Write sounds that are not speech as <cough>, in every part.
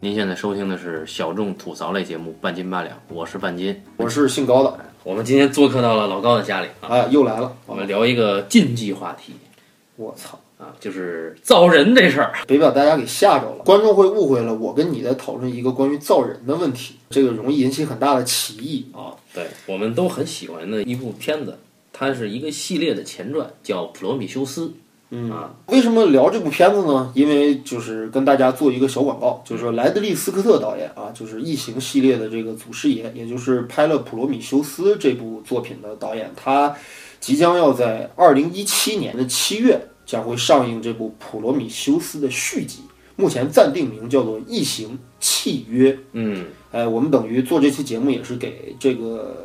您现在收听的是小众吐槽类节目《半斤八两》，我是半斤。我是姓高的，我们今天做客到了老高的家里啊，哎，又来了。我们聊一个禁忌话题我操，啊，就是造人这事儿。别把大家给吓着了，观众会误会了，我跟你在讨论一个关于造人的问题，这个容易引起很大的歧义。啊，对，我们都很喜欢的一部片子，它是一个系列的前传，叫《普罗米修斯》。啊，为什么聊这部片子呢？因为就是跟大家做一个小广嗯告，就是说莱德利·斯科特导演啊，就是《异形》系列的这个祖师爷，也就是拍了《普罗米修斯》这部作品的导演，他即将要在二零一七年的七月将会上映这部《普罗米修斯》的续集，目前暂定名叫做《异形契约》。嗯，哎，我们等于做这期节目也是给这个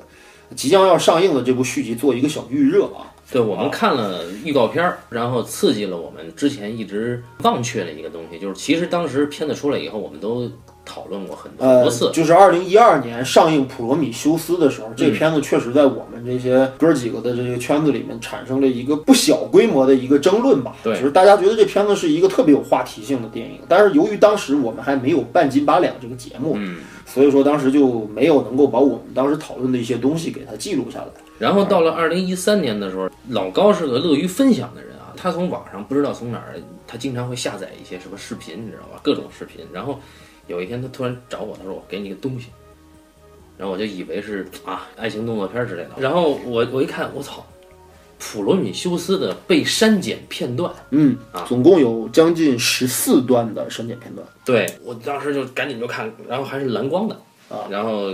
即将要上映的这部续集做一个小预热啊。对，我们看了预告片儿，然后刺激了我们之前一直忘却了一个东西，就是其实当时片子出来以后，我们都讨论过很多很呃多次，，就是二零一二年上映《普罗米修斯》的时候，这片子确实在我们这些哥几个的这个圈子里面产生了一个不小规模的一个争论吧。对就是大家觉得这片子是一个特别有话题性的电影，但是由于当时我们还没有半斤八两这个节目，嗯，所以说当时就没有能够把我们当时讨论的一些东西给它记录下来。然后到了二零一三年的时候，老高是个乐于分享的人啊，他从网上不知道从哪儿，他经常会下载一些什么视频，你知道吧？各种视频。然后有一天他突然找我，他说我给你个东西，然后我就以为是啊爱情动作片之类的。然后我我一看，我操，普罗米修斯的被删减片段。嗯啊，总共有将近十四段的删减片段。对我当时就赶紧就看，然后还是蓝光的啊，然后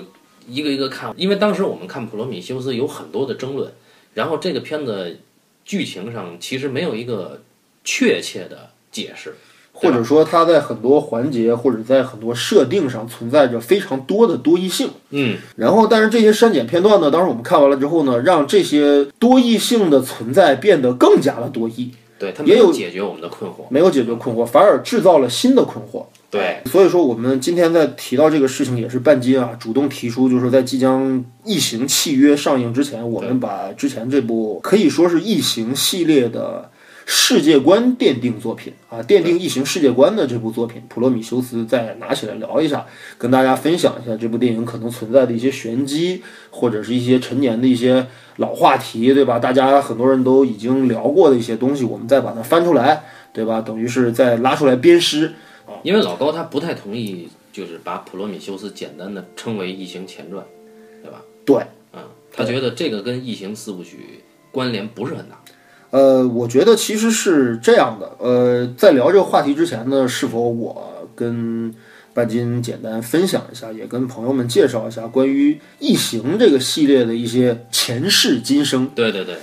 一个一个看，因为当时我们看《普罗米修斯》有很多的争论，然后这个片子剧情上其实没有一个确切的解释，对或吧者说它在很多环节或者在很多设定上存在着非常多的多义性。嗯，然后，但是这些删减片段呢，当时我们看完了之后呢，让这些多义性的存在变得更加的多义，对，它也没有有解决我们的困惑，没有解决困惑，反而制造了新的困惑。对，所以说，我们今天在提到这个事情，也是半斤啊，主动提出，就是在即将《异形契约》上映之前，我们把之前这部可以说是《异形》系列的世界观奠定作品啊，奠定《异形》世界观的这部作品《普罗米修斯》再拿起来聊一下，跟大家分享一下这部电影可能存在的一些玄机，或者是一些陈年的一些老话题，对吧？大家很多人都已经聊过的一些东西，我们再把它翻出来，对吧？等于是再拉出来鞭尸。因为老高他不太同意，就是把《普罗米修斯》简单的称为《异形前传》，对吧？对，嗯，他觉得这个跟《异形四部曲》关联不是很大，呃，我觉得其实是这样的。呃，在聊这个话题之前呢，是否我跟半斤简单分享一下，也跟朋友们介绍一下关于《异形》这个系列的一些前世今生。对对对，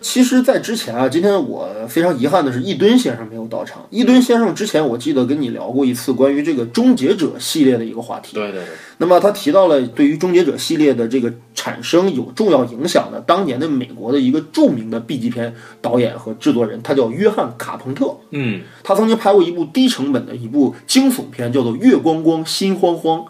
其实，在之前啊，今天我非常遗憾的是，一吨先生没有到场。一吨先生之前，我记得跟你聊过一次关于这个《终结者》系列的一个话题。对对对，那么他提到了对于《终结者》系列的这个产生有重要影响的当年的美国的一个著名的 B 级片导演和制作人，他叫约翰·卡朋特。嗯。他曾经拍过一部低成本的一部惊悚片，叫做《月光光心慌慌》，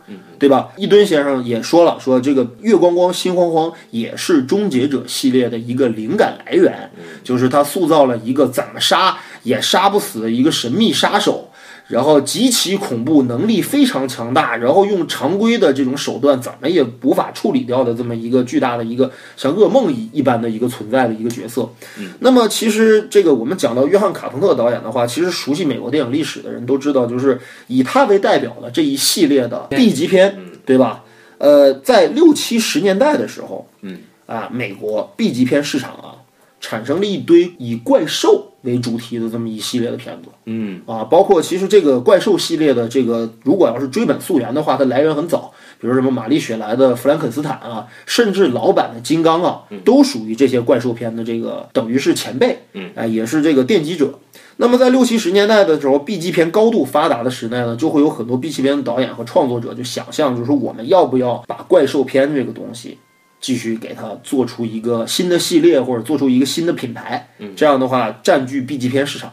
对吧？一吨先生也说了，说这个《月光光心慌慌》也是《终结者》系列的一个灵感来源，就是他塑造了一个怎么杀也杀不死的一个神秘杀手。然后极其恐怖，能力非常强大，然后用常规的这种手段怎么也无法处理掉的这么一个巨大的一个像噩梦一一般的一个存在的一个角色。那么其实这个我们讲到约翰·卡朋特导演的话，其实熟悉美国电影历史的人都知道，就是以他为代表的这一系列的 B 级片，对吧？呃，在六七十年代的时候，嗯，啊，美国 B 级片市场啊，产生了一堆以怪兽为主题的这么一系列的片子，嗯，啊，包括其实这个怪兽系列的这个，如果要是追本溯源的话，它来源很早，比如什么玛丽雪莱的《弗兰肯斯坦》啊，甚至老版的《金刚》啊，都属于这些怪兽片的这个等于是前辈，嗯，哎，也是这个奠基者。那么在六七十年代的时候，B 级片高度发达的时代呢，就会有很多 B 级片的导演和创作者就想象，就是说我们要不要把怪兽片这个东西继续给它做出一个新的系列，或者做出一个新的品牌，这样的话占据 B 级片市场。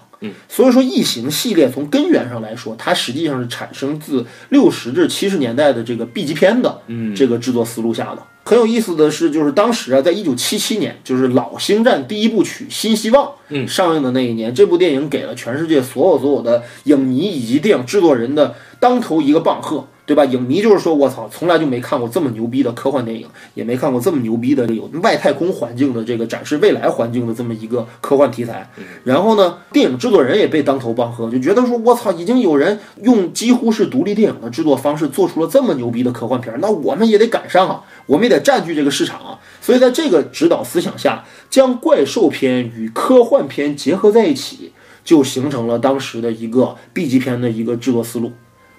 所以说，《异形》系列从根源上来说，它实际上是产生自六十至七十年代的这个 B 级片的这个制作思路下的。很有意思的是，就是当时啊，在一九七七年，就是《老星战》第一部曲《新希望》上映的那一年，这部电影给了全世界所有所有的影迷以及电影制作人的当头一个棒喝，对吧？影迷就是说，我操，从来就没看过这么牛逼的科幻电影，也没看过这么牛逼的有外太空环境的这个展示未来环境的这么一个科幻题材。然后呢，电影制作人也被当头棒喝，就觉得说，我操，已经有人用几乎是独立电影的制作方式做出了这么牛逼的科幻片儿，那我们也得赶上啊，我们也得占据这个市场啊。所以在这个指导思想下，将怪兽片与科幻片结合在一起，就形成了当时的一个 B 级片的一个制作思路。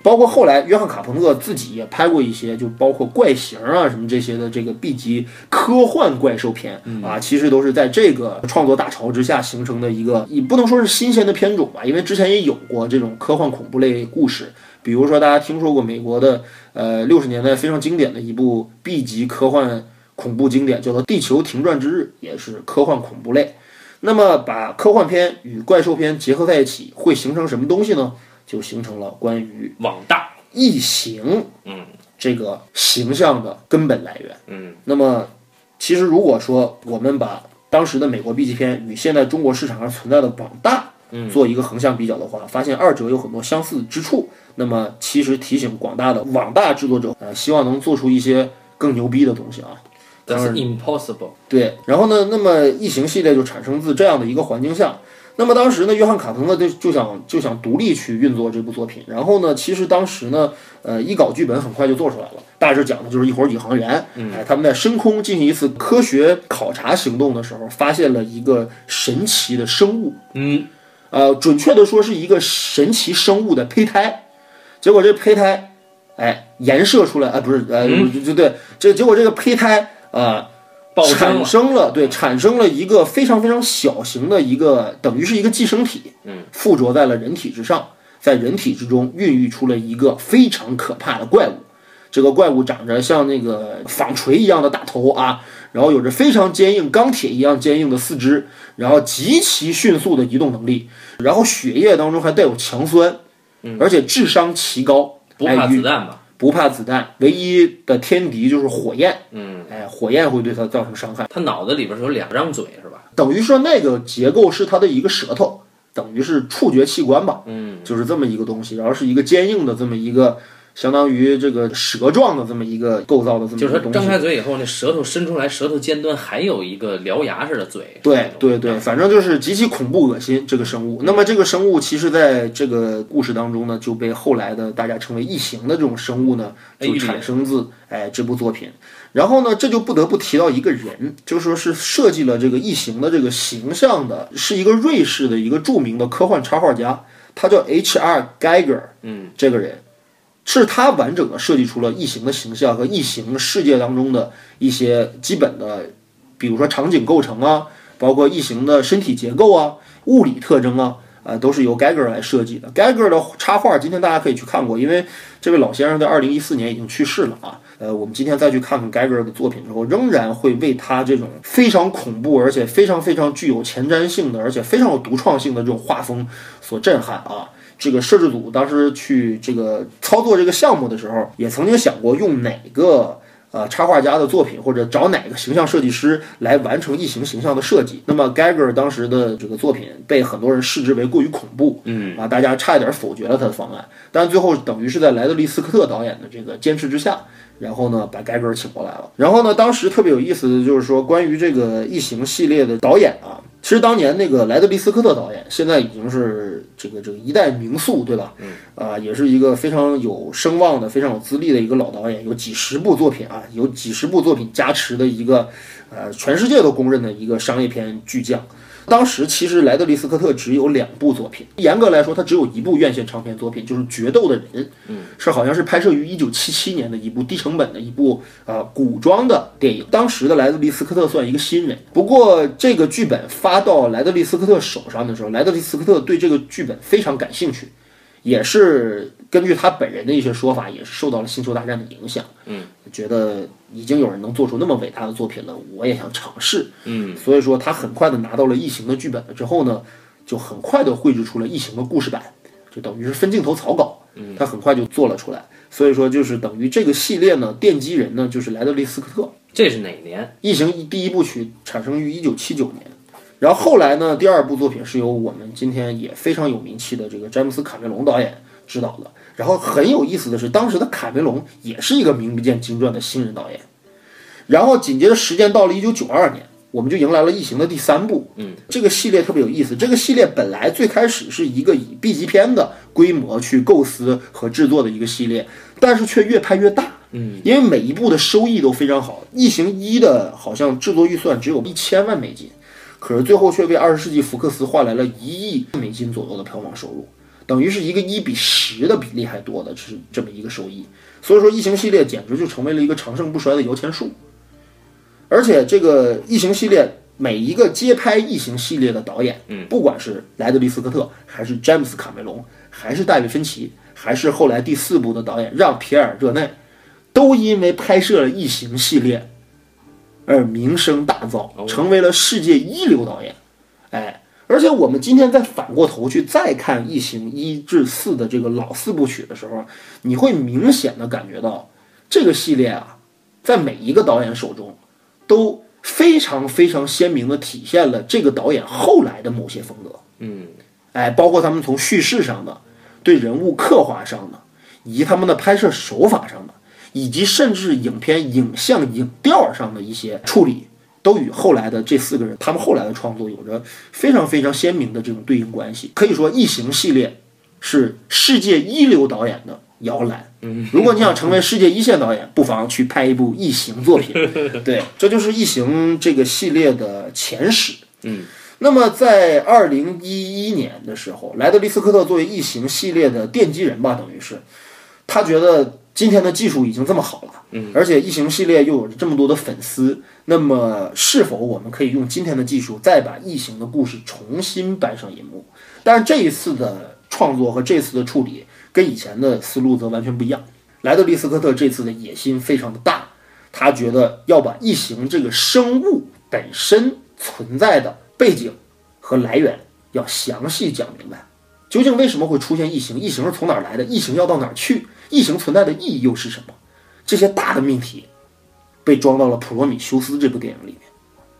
包括后来约翰卡朋特自己也拍过一些，就包括怪形啊什么这些的这个 B 级科幻怪兽片啊，其实都是在这个创作大潮之下形成的一个，也不能说是新鲜的片种吧，因为之前也有过这种科幻恐怖类故事。比如说大家听说过美国的呃六十年代非常经典的一部 B 级科幻恐怖经典，叫做《地球停转之日》，也是科幻恐怖类。那么把科幻片与怪兽片结合在一起，会形成什么东西呢？就形成了关于网大，异形，嗯，这个形象的根本来源。嗯，那么其实如果说我们把当时的美国 B 级片与现在中国市场上存在的网大，嗯，做一个横向比较的话，发现二者有很多相似之处。那么其实提醒广大的网大制作者，呃，希望能做出一些更牛逼的东西啊。但是 impossible，对，然后呢，那么异形系列就产生自这样的一个环境下。那么当时呢，约翰卡朋特就就想就想独立去运作这部作品。然后呢，其实当时呢，呃，一稿剧本很快就做出来了，大致讲的就是一伙宇航员，哎，他们在深空进行一次科学考察行动的时候，发现了一个神奇的生物，嗯，呃，准确的说是一个神奇生物的胚胎。结果这胚胎，哎，衍射出来，啊、不是，呃，就对，这结果这个胚胎啊、呃爆声产了，生了对，产生了一个非常非常小型的一个，等于是一个寄生体，嗯，附着在了人体之上，在人体之中孕育出了一个非常可怕的怪物。这个怪物长着像那个纺锤一样的大头啊，然后有着非常坚硬、钢铁一样坚硬的四肢，然后极其迅速的移动能力，然后血液当中还带有强酸，而且智商奇高，嗯不哎怕与子弹吧？不怕子弹，唯一的天敌就是火焰，嗯，哎，火焰会对它造成伤害。哎他脑子里边是有两张嘴是吧？等于说那个结构是它的一个舌头，等于是触觉器官吧，嗯，就是这么一个东西，然后是一个坚硬的这么一个，相当于这个蛇状的这么一个构造的这么就一是个他东张西。开嘴以后，那舌头伸出来，舌头尖端还有一个獠牙似的嘴。对对对，反正就是极其恐怖恶心这个生物。那么这个生物其实在这个故事当中呢，就被后来的大家称为异形的这种生物呢，哎就产生自哎这部作品。然后呢，这就不得不提到一个人，就说是设计了这个异形的这个形象的，是一个瑞士的一个著名的科幻插画家，他叫 H.R. Geiger。嗯，这个人是他完整的设计出了异形的形象和异形世界当中的一些基本的，比如说场景构成啊，包括异形的身体结构啊、物理特征啊，呃，都是由 Geiger 来设计的。Geiger 的插画今天大家可以去看过，因为这位老先生在二零一四年已经去世了啊。呃，我们今天再去看看 Geiger 的作品之后，仍然会为他这种非常恐怖，而且非常非常具有前瞻性的，而且非常有独创性的这种画风所震撼啊。这个摄制组当时去这个操作这个项目的时候，也曾经想过用哪个呃插画家的作品，或者找哪个形象设计师来完成异形形象的设计。那么 Geiger 当时的这个作品被很多人视之为过于恐怖，嗯啊，大家差一点否决了他的方案。但最后等于是在莱德利·斯科特导演的这个坚持之下。然后呢，把盖格尔请过来了。然后呢，当时特别有意思的就是说，关于这个《异形》系列的导演啊，其实当年那个莱德利·斯科特导演，现在已经是这个这个一代名宿，对吧？嗯，啊，也是一个非常有声望的、非常有资历的一个老导演，有几十部作品啊，有几十部作品加持的一个，呃，全世界都公认的一个商业片巨匠。当时其实莱德利·斯科特只有两部作品，严格来说，他只有一部院线长片作品，就是《决斗的人》，嗯，是好像是拍摄于一九七七年的一部低成本的一部呃古装的电影。当时的莱德利·斯科特算一个新人，不过这个剧本发到莱德利·斯科特手上的时候，莱德利·斯科特对这个剧本非常感兴趣，也是根据他本人的一些说法，也是受到了《星球大战》的影响，嗯，觉得已经有人能做出那么伟大的作品了，我也想尝试，嗯，所以说他很快的拿到了《异形》的剧本了之后呢，就很快的绘制出了《异形》的故事版，就等于是分镜头草稿，嗯，他很快就做了出来，所以说就是等于这个系列呢，奠基人呢就是莱德利·斯科特，这是哪年？ 《异形》第一部曲产生于一九七九年，然后后来呢，第二部作品是由我们今天也非常有名气的这个詹姆斯·卡梅隆导演执导的。然后很有意思的是，当时的卡梅隆也是一个名不见经传的新人导演。然后紧接着时间到了一九九二年，我们就迎来了《异形》的第三部。嗯，这个系列特别有意思。这个系列本来最开始是一个以 B 级片的规模去构思和制作的一个系列，但是却越拍越大。嗯，因为每一部的收益都非常好，《异形一》的好像制作预算只有一千万美金，可是最后却为二十世纪福克斯换来了一亿美金左右的票房收入，等于是一个一比十的比例还多的，是这么一个收益。所以说，《异形》系列简直就成为了一个长盛不衰的摇钱树。而且这个《异形》系列每一个接拍《异形》系列的导演，嗯，不管是莱德利·斯科特，还是詹姆斯·卡梅隆，还是戴维·芬奇，还是后来第四部的导演让·皮埃尔·热内，都因为拍摄了《异形》系列而名声大噪，成为了世界一流导演。哎，而且我们今天再反过头去再看《异形》一至四的这个老四部曲的时候，你会明显的感觉到这个系列啊，在每一个导演手中。都非常非常鲜明地体现了这个导演后来的某些风格。嗯，哎，包括他们从叙事上的、对人物刻画上的，以及他们的拍摄手法上的，以及甚至影片影像影调上的一些处理，都与后来的这四个人他们后来的创作有着非常非常鲜明的这种对应关系。可以说，《异形》系列是世界一流导演的摇篮。如果你想成为世界一线导演，不妨去拍一部异形作品。对，这就是异形这个系列的前史。嗯，那么在二零一一年的时候，莱德利·斯科特作为异形系列的奠基人吧，等于是他觉得今天的技术已经这么好了，嗯，而且异形系列又有这么多的粉丝，那么是否我们可以用今天的技术再把异形的故事重新搬上银幕？但是这一次的创作和这次的处理跟以前的思路则完全不一样。莱德利·斯科特这次的野心非常的大，他觉得要把异形这个生物本身存在的背景和来源要详细讲明白，究竟为什么会出现异形，异形是从哪儿来的，异形要到哪儿去，异形存在的意义又是什么？这些大的命题被装到了《普罗米修斯》这部电影里面，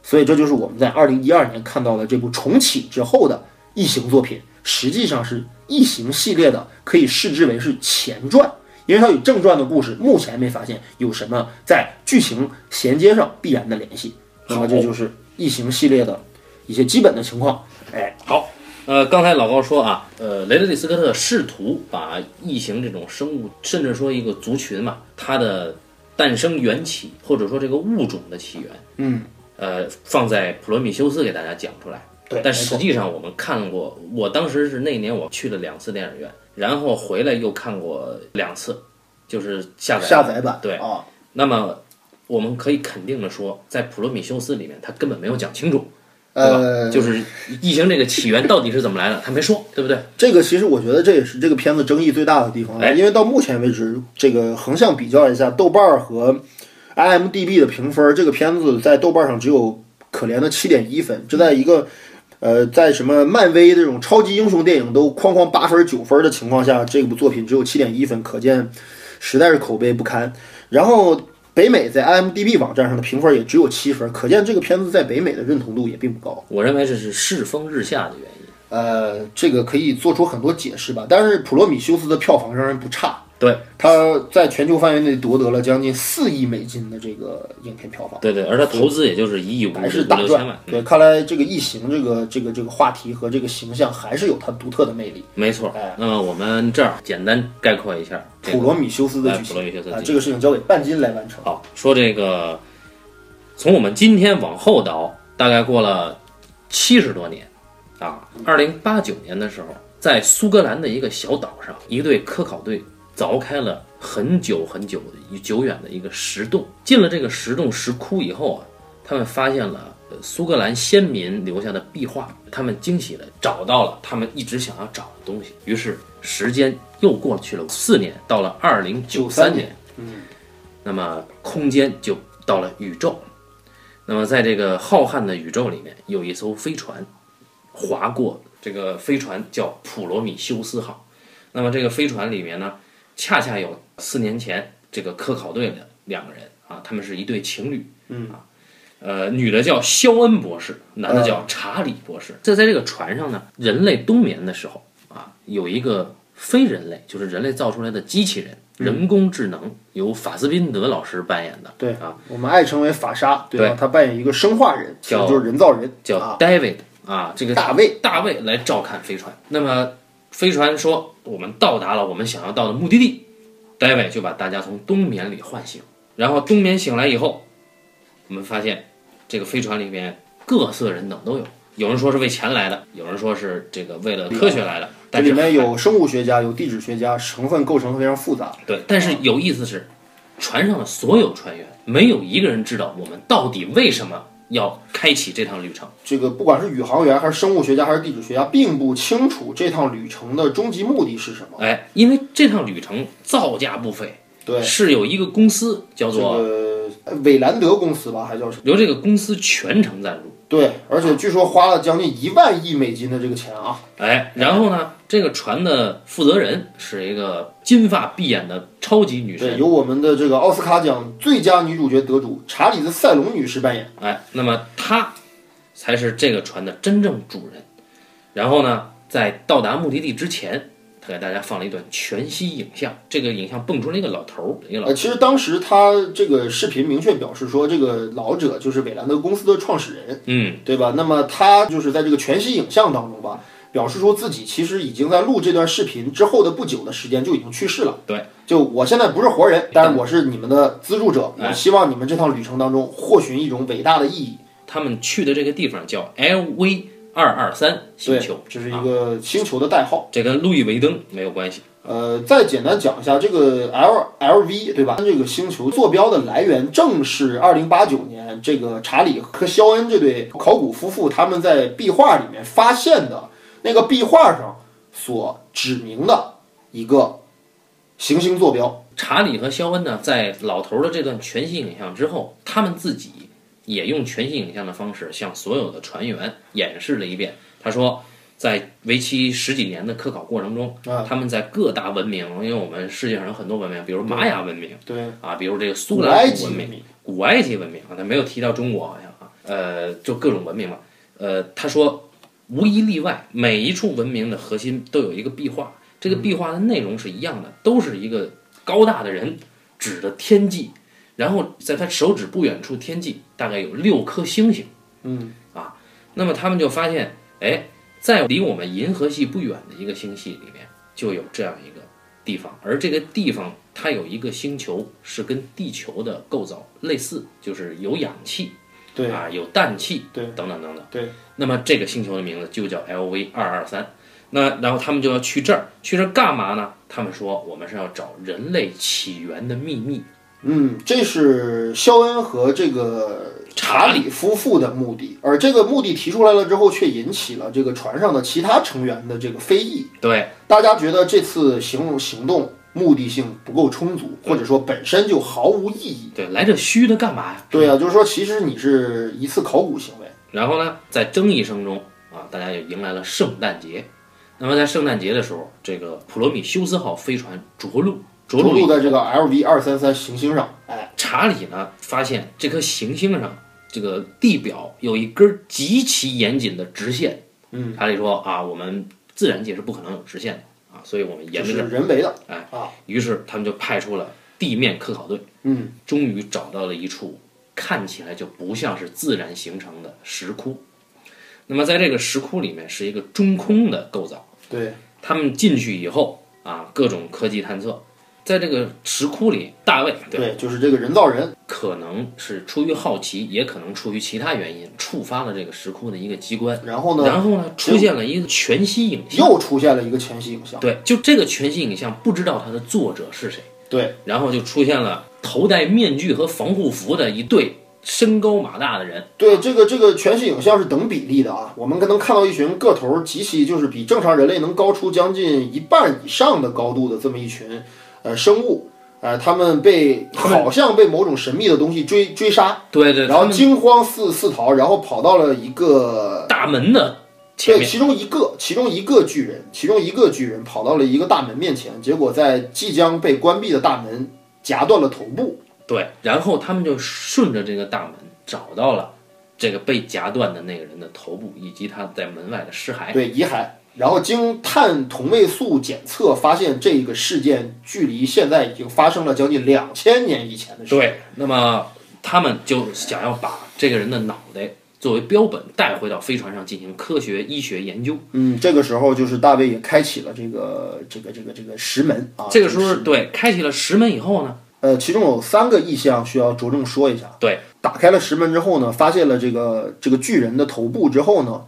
所以这就是我们在二零一二年看到的这部重启之后的异形作品，实际上是异形系列的，可以视之为是前传。因为它与正传的故事目前没发现有什么在剧情衔接上必然的联系。那么这就是《异形》系列的一些基本的情况。哎，好，呃，刚才老高说啊，呃，雷德利·斯科特试图把异形这种生物，甚至说一个族群嘛，它的诞生缘起，或者说这个物种的起源，嗯，呃，放在《普罗米修斯》给大家讲出来。对，但没实错际上我们看过，我当时是那年我去了两次电影院，然后回来又看过两次，就是下载下载版对啊，那么我们可以肯定的说，在《普罗米修斯》里面，他根本没有讲清楚，对吧？呃，就是异形这个起源到底是怎么来的，他没说，对不对？这个其实我觉得这也是这个片子争议最大的地方了，哎因为到目前为止，这个横向比较一下豆瓣儿和 IMDB 的评分，这个片子在豆瓣上只有可怜的七点一分，这在一个呃在什么漫威这种超级英雄电影都哐哐八分九分的情况下，这部作品只有七点一分，可见实在是口碑不堪。然后北美在 IMDB 网站上的评分也只有七分，可见这个片子在北美的认同度也并不高。我认为这是世风日下的原因。呃，这个可以做出很多解释吧。但是《普罗米修斯》的票房仍然不差，对它在全球范围内夺得了将近四亿美金的这个影片票房，对对，而他投资也啊就是一亿五还是五大六千赚万。。对，看来这个异形这个这个这个话题和这个形象还是有它独特的魅力。没错哎，那么我们这儿简单概括一下这普个。罗米修斯的哎剧普罗米修斯情的啊，剧这个事情交给半斤来完成。好，啊说这个，从我们今天往后倒，大概过了七十多年，啊，二零八九年的时候，在苏格兰的一个小岛上，一队科考队凿开了很久很久的久远的一个石洞。进了这个石洞石窟以后啊，他们发现了呃苏格兰先民留下的壁画，他们惊喜的找到了他们一直想要找的东西。于是时间又过去了四年，到了二零九三93年年。那么空间就到了宇宙。那么在这个浩瀚的宇宙里面，有一艘飞船划过，这个飞船叫普罗米修斯号。那么这个飞船里面呢，恰恰有四年前这个科考队的两个人啊，他们是一对情侣，嗯啊，呃，女的叫肖恩博士，男的叫查理博士。这在这个船上呢，人类冬眠的时候啊，有一个非人类，就是人类造出来的机器人、嗯人工智能，由法斯宾德老师扮演的，对啊，我们爱称为法鲨，对吧对？他扮演一个生化人，叫就是人造人，叫啊 David 啊，这个大卫。大卫来照看飞船。那么飞船说我们到达了我们想要到的目的地，戴维就把大家从冬眠里唤醒，然后冬眠醒来以后，我们发现这个飞船里面各色人等都有，有人说是为钱来的，有人说是这个为了科学来的，这但是里面有生物学家，有地质学家，成分构成非常复杂。对，但是有意思是，船上的所有船员没有一个人知道我们到底为什么要开启这趟旅程。这个不管是宇航员还是生物学家还是地质学家，并不清楚这趟旅程的终极目的是什么。哎，因为这趟旅程造价不菲，对，是有一个公司叫这做个呃韦兰德公司吧，还叫什么？由这个公司全程赞助。对，而且据说花了将近一万亿美金的这个钱啊。哎，然后呢，这个船的负责人是一个金发碧眼的超级女对，神。由我们的这个奥斯卡奖最佳女主角得主查理兹·塞隆女士扮演。哎，那么她才是这个船的真正主人。然后呢，在到达目的地之前，她给大家放了一段全息影像。这个影像蹦出了一个老头儿，一个老呃，其实当时他这个视频明确表示说，这个老者就是韦兰德公司的创始人，嗯，对吧？那么他就是在这个全息影像当中吧，表示说自己其实已经在录这段视频之后的不久的时间就已经去世了。对，就我现在不是活人，但是我是你们的资助者，哎我希望你们这趟旅程当中获寻一种伟大的意嗯义。他们去的这个地方叫 LV 二二三星对球，，啊这是一个星球的代号。这跟路易维登没有关系。呃，再简单讲一下这个 L L V 对吧？这个星球坐标的来源正是2089年这个查理和肖恩这对考古夫妇他们在壁画里面发现的那个壁画上所指明的一个行星坐标。查理和肖恩呢，在老头儿的这段全息影像之后，他们自己也用全息影像的方式向所有的船员演示了一遍。他说，在为期十几年的科考过程中，啊他们在各大文明，因为我们世界上有很多文明，比如玛雅文明对，啊，比如这个苏古兰埃古及文文明、明。古埃及文明啊，他没有提到中国好像啊，呃，就各种文明嘛。呃，他说无一例外，每一处文明的核心都有一个壁画，这个壁画的内容是一样的，都是一个高大的人指着天际，然后在他手指不远处天际大概有六颗星星。嗯，那么他们就发现，哎，在离我们银河系不远的一个星系里面，就有这样一个地方，而这个地方它有一个星球是跟地球的构造类似，就是有氧气，对啊，有氮气，对，等等等等，对。那么这个星球的名字就叫 LV 二二三。那然后他们就要去这儿，去这儿干嘛呢？他们说我们是要找人类起源的秘密。嗯，这是肖恩和这个查理夫妇的目的，而这个目的提出来了之后，却引起了这个船上的其他成员的这个非议。对，大家觉得这次行行动目的性不够充足，或者说本身就毫无意义。对，来这虚的干嘛呀？对啊，就是说，其实你是一次考古行为。然后呢，在争议声中啊，大家也迎来了圣诞节。那么在圣诞节的时候，这个普罗米修斯号飞船着陆，着着陆以陆在这个 LV 二三三行星上，哎，查理呢发现这颗行星上这个地表有一根极其严谨的直线。嗯，查理说啊，我们自然界是不可能有直线的啊，所以我们这沿着是这儿。人为的。于是他们就派出了地面科考队，嗯，终于找到了一处看起来就不像是自然形成的石窟。那么在这个石窟里面是一个中空的构造。对，他们进去以后啊，各种科技探测，在这个石窟里，大卫对对，就是这个人造人。可能是出于好奇，也可能出于其他原因，触发了这个石窟的一个机关。然后呢，然后呢，出现了一个全息影像。又出现了一个前息影像。对，就这个全息影像，不知道它的作者是谁。对，然后就出现了头戴面具和防护服的一对身高马大的人。对，这个这个全息影像是等比例的啊，我们可能看到一群个头儿极其就是比正常人类能高出将近一半以上的高度的这么一群呃生物，呃，他们被好像被某种神秘的东西追追杀，对对，然后他们惊慌四四逃，然后跑到了一个。大门的前对，面，其中一个，其中一个巨人，其中一个巨人跑到了一个大门面前，结果在即将被关闭的大门夹断了头部。对，然后他们就顺着这个大门找到了这个被夹断的那个人的头部以及他在门外的尸骸。对，遗骸，然后经碳同位素检测发现，这个事件距离现在已经发生了将近两千年以前的事。对，那么他们就想要把这个人的脑袋作为标本带回到飞船上进行科学医学研究。嗯，这个时候就是大卫也开启了这个这个这个这个石门啊。这个时候，是对，开启了石门以后呢，呃，其中有三个意象需要着重说一下。对，打开了石门之后呢，发现了这个这个巨人的头部之后呢，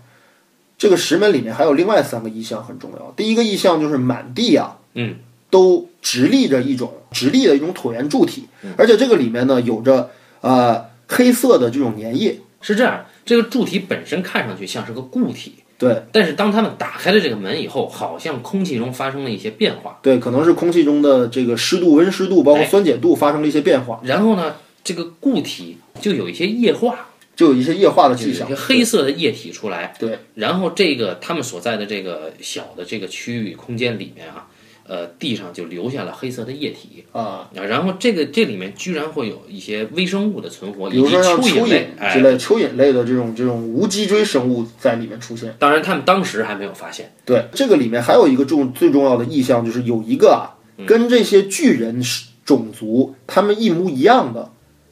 这个石门里面还有另外三个意象很重要。第一个意象就是满地啊，嗯，都直立着一种直立的一种椭圆柱体，嗯而且这个里面呢有着呃黑色的这种粘液。是这样，这个柱体本身看上去像是个固体，对但是当他们打开了这个门以后，好像空气中发生了一些变化。对，可能是空气中的这个湿度、温湿度，哎包括酸碱度发生了一些变化，然后呢，这个固体就有一些液化，就有一些液化的就有迹一象些。黑色的液体出来。对，然后这个他们所在的这个小的这个区域空间里面啊，呃，地上就留下了黑色的液体啊、啊，然后这个这里面居然会有一些微生物的存活，比以如及说像蚯蚯蚓类，蚓之哎，类、蚯蚓类的这种这种无脊椎生物在里面出现。当然他们当时还没有发现，对，这个里面还有一个重最重要的意象，就是有一个啊，嗯跟这些巨人是种族他们一模一样的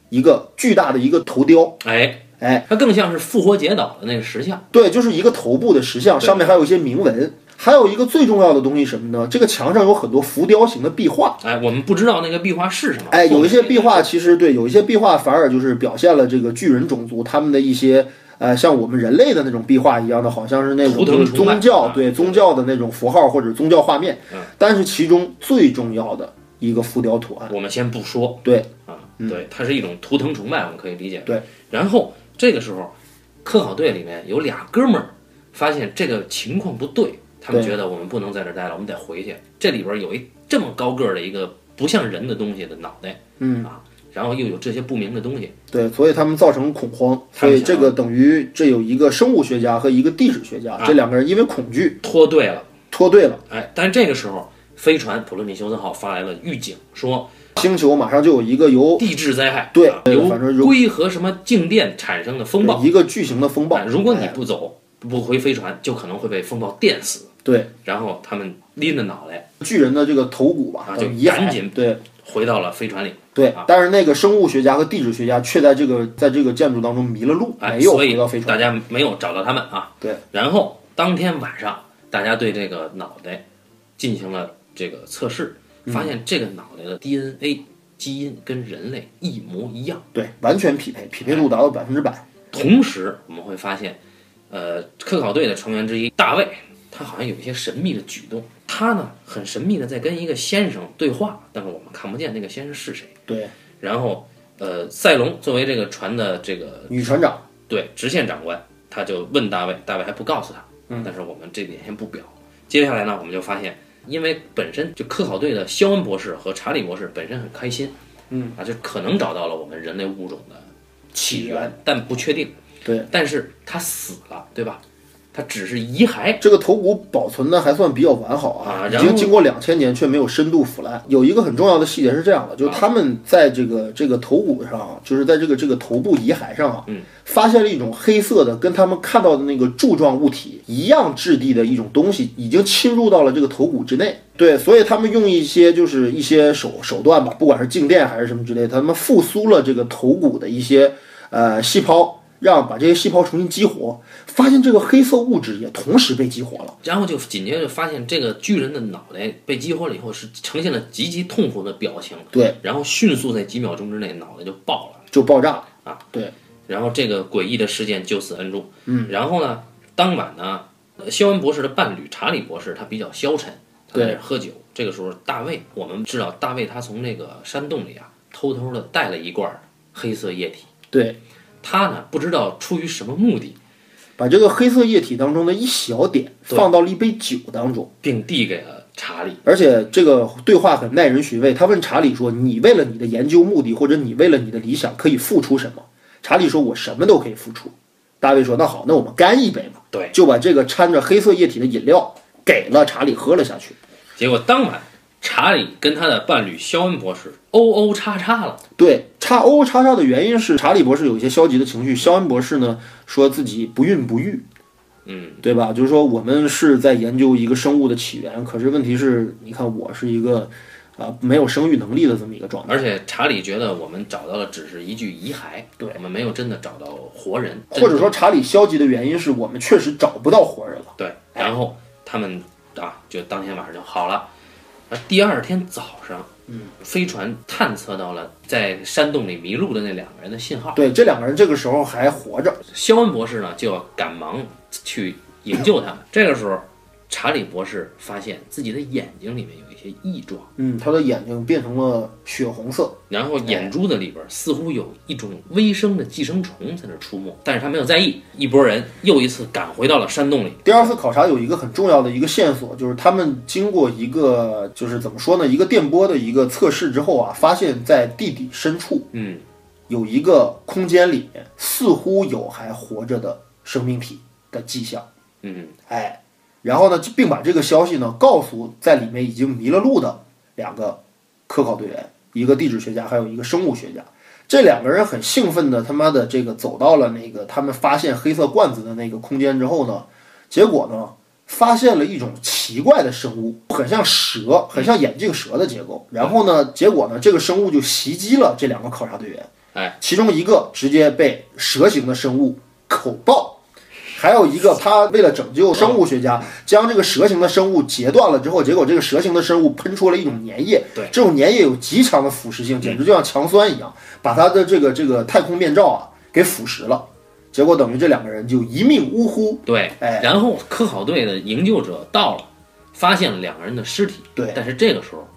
一个巨大的一个头雕，哎哎，它更像是复活节岛的那个石像，对，就是一个头部的石像，上面还有一些铭文。还有一个最重要的东西是什么呢？这个墙上有很多浮雕型的壁画，哎，我们不知道那个壁画是什么，哎，有一些后面壁画其实对，有一些壁画反而就是表现了这个巨人种族他们的一些呃，像我们人类的那种壁画一样的，好像是那图种腾就是崇拜宗教啊对宗教的那种符号或者宗教画面，嗯但是其中最重要的一个浮雕图案，我们先不说，对啊，对，它是一种图腾崇拜，我们可以理解。嗯对，然后这个时候，科考队里面有俩哥们儿发现这个情况不对，他们对觉得我们不能在这儿待了，我们得回去。这里边有一这么高个儿的一个不像人的东西的脑袋，嗯啊，然后又有这些不明的东西，对，所以他们造成恐慌，他所们以这个等于这有一个生物学家和一个地质学啊家，这两个人因为恐惧脱队了。脱队了，哎，但这个时候，飞船普罗米修斯号发来了预警，说星球马上就有一个由地质灾害，哦对啊对由反正如硅和什么静电产生的风暴。一个巨型的风暴哎，如果你哎不走，不回飞船，就可能会被风暴电死。对然后他们拎着脑袋巨人的这个头骨吧啊，等就遗赶骸紧对。回到了飞船里，对啊，但是那个生物学家和地质学家却在这个在这个建筑当中迷了路，哎，没有所回以到飞船。大家没有找到他们啊。对。然后当天晚上，大家对这个脑袋进行了这个测试，嗯发现这个脑袋的 DNA 基因跟人类一模一样。对，完全匹配，匹配度达到百分之百。同时，我们会发现，呃，科考队的成员之一大卫，他好像有一些神秘的举动。他呢，很神秘的在跟一个先生对话，但是我们看不见那个先生是谁。对，然后，呃，赛隆作为这个船的这个女船长，对直线长官，他就问大卫，大卫还不告诉他，但是我们这点先不表。接下来呢，我们就发现，因为本身就科考队的肖恩博士和查理博士本身很开心，嗯啊，就可能找到了我们人类物种的起源，但不确定。对，但是他死了，对吧？他只是遗骸，这个头骨保存的还算比较完好啊啊，已然后经经过两千年却没有深度腐烂。有一个很重要的细节是这样的，就是他们在这个这个头骨上啊，就是在这个这个头部遗骸上啊，发现了一种黑色的，跟他们看到的那个柱状物体一样质地的一种东西，已经侵入到了这个头骨之内。对，所以他们用一些就是一些手手段吧，不管是静电还是什么之类的，他们复苏了这个头骨的一些呃细胞。让把这些细胞重新激活，发现这个黑色物质也同时被激活了。然后就紧接着发现这个巨人的脑袋被激活了以后是呈现了极其痛苦的表情，对，然后迅速在几秒钟之内脑袋就爆了，就爆炸了啊！对，然后这个诡异的事件就此摁住。嗯，然后呢，当晚呢，呃肖恩博士的伴侣查理博士他比较消沉，他在那儿喝酒。这个时候，大卫，我们知道大卫他从那个山洞里啊偷偷的带了一罐黑色液体，对，他呢不知道出于什么目的。把这个黑色液体当中的一小点放到了一杯酒当中，并递给了查理。而且这个对话很耐人寻味。他问查理说：“你为了你的研究目的，或者你为了你的理想，可以付出什么？”查理说：“我什么都可以付出。”大卫说：“那好，那我们干一杯吧。”对，就把这个掺着黑色液体的饮料给了查理喝了下去。结果当晚，查理跟他的伴侣肖恩博士欧欧叉叉了。对，叉 O 叉叉的原因是查理博士有一些消极的情绪，肖恩博士呢说自己不孕不育，嗯，对吧？就是说我们是在研究一个生物的起源，可是问题是，你看我是一个啊、呃没有生育能力的这么一个状态。而且查理觉得我们找到了只是一具遗骸，对我们没有真的找到活人，或者真正说查理消极的原因是我们确实找不到活人了。对，然后他们啊，就当天晚上就好了。而第二天早上，嗯，飞船探测到了在山洞里迷路的那两个人的信号。对，这两个人这个时候还活着，肖恩博士呢，就要赶忙去营救他们。这个时候，查理博士发现自己的眼睛里面有一些异状，嗯，他的眼睛变成了血红色，然后眼珠子里边似乎有一种微生的寄生虫在那出没，但是他没有在意。一拨人又一次赶回到了山洞里。第二次考察有一个很重要的一个线索，就是他们经过一个就是怎么说呢，一个电波的一个测试之后啊，发现在地底深处嗯，有一个空间里面似乎有还活着的生命体的迹象，嗯，哎，然后呢，并把这个消息呢告诉在里面已经迷了路的两个科考队员，一个地质学家，还有一个生物学家。这两个人很兴奋的，他妈的这个走到了那个他们发现黑色罐子的那个空间之后呢，结果呢，发现了一种奇怪的生物，很像蛇，很像眼镜蛇的结构。然后呢，结果呢，这个生物就袭击了这两个考察队员，哎，其中一个直接被蛇形的生物口爆，还有一个他为了拯救生物学家，将这个蛇形的生物截断了之后，结果这个蛇形的生物喷出了一种粘液，对这种粘液有极强的腐蚀性，简直就像强酸一样，把他的这个这个太空面罩啊给腐蚀了，结果等于这两个人就一命呜呼。对，哎然后科考队的营救者到了，发现了两个人的尸体。对但是这个时候，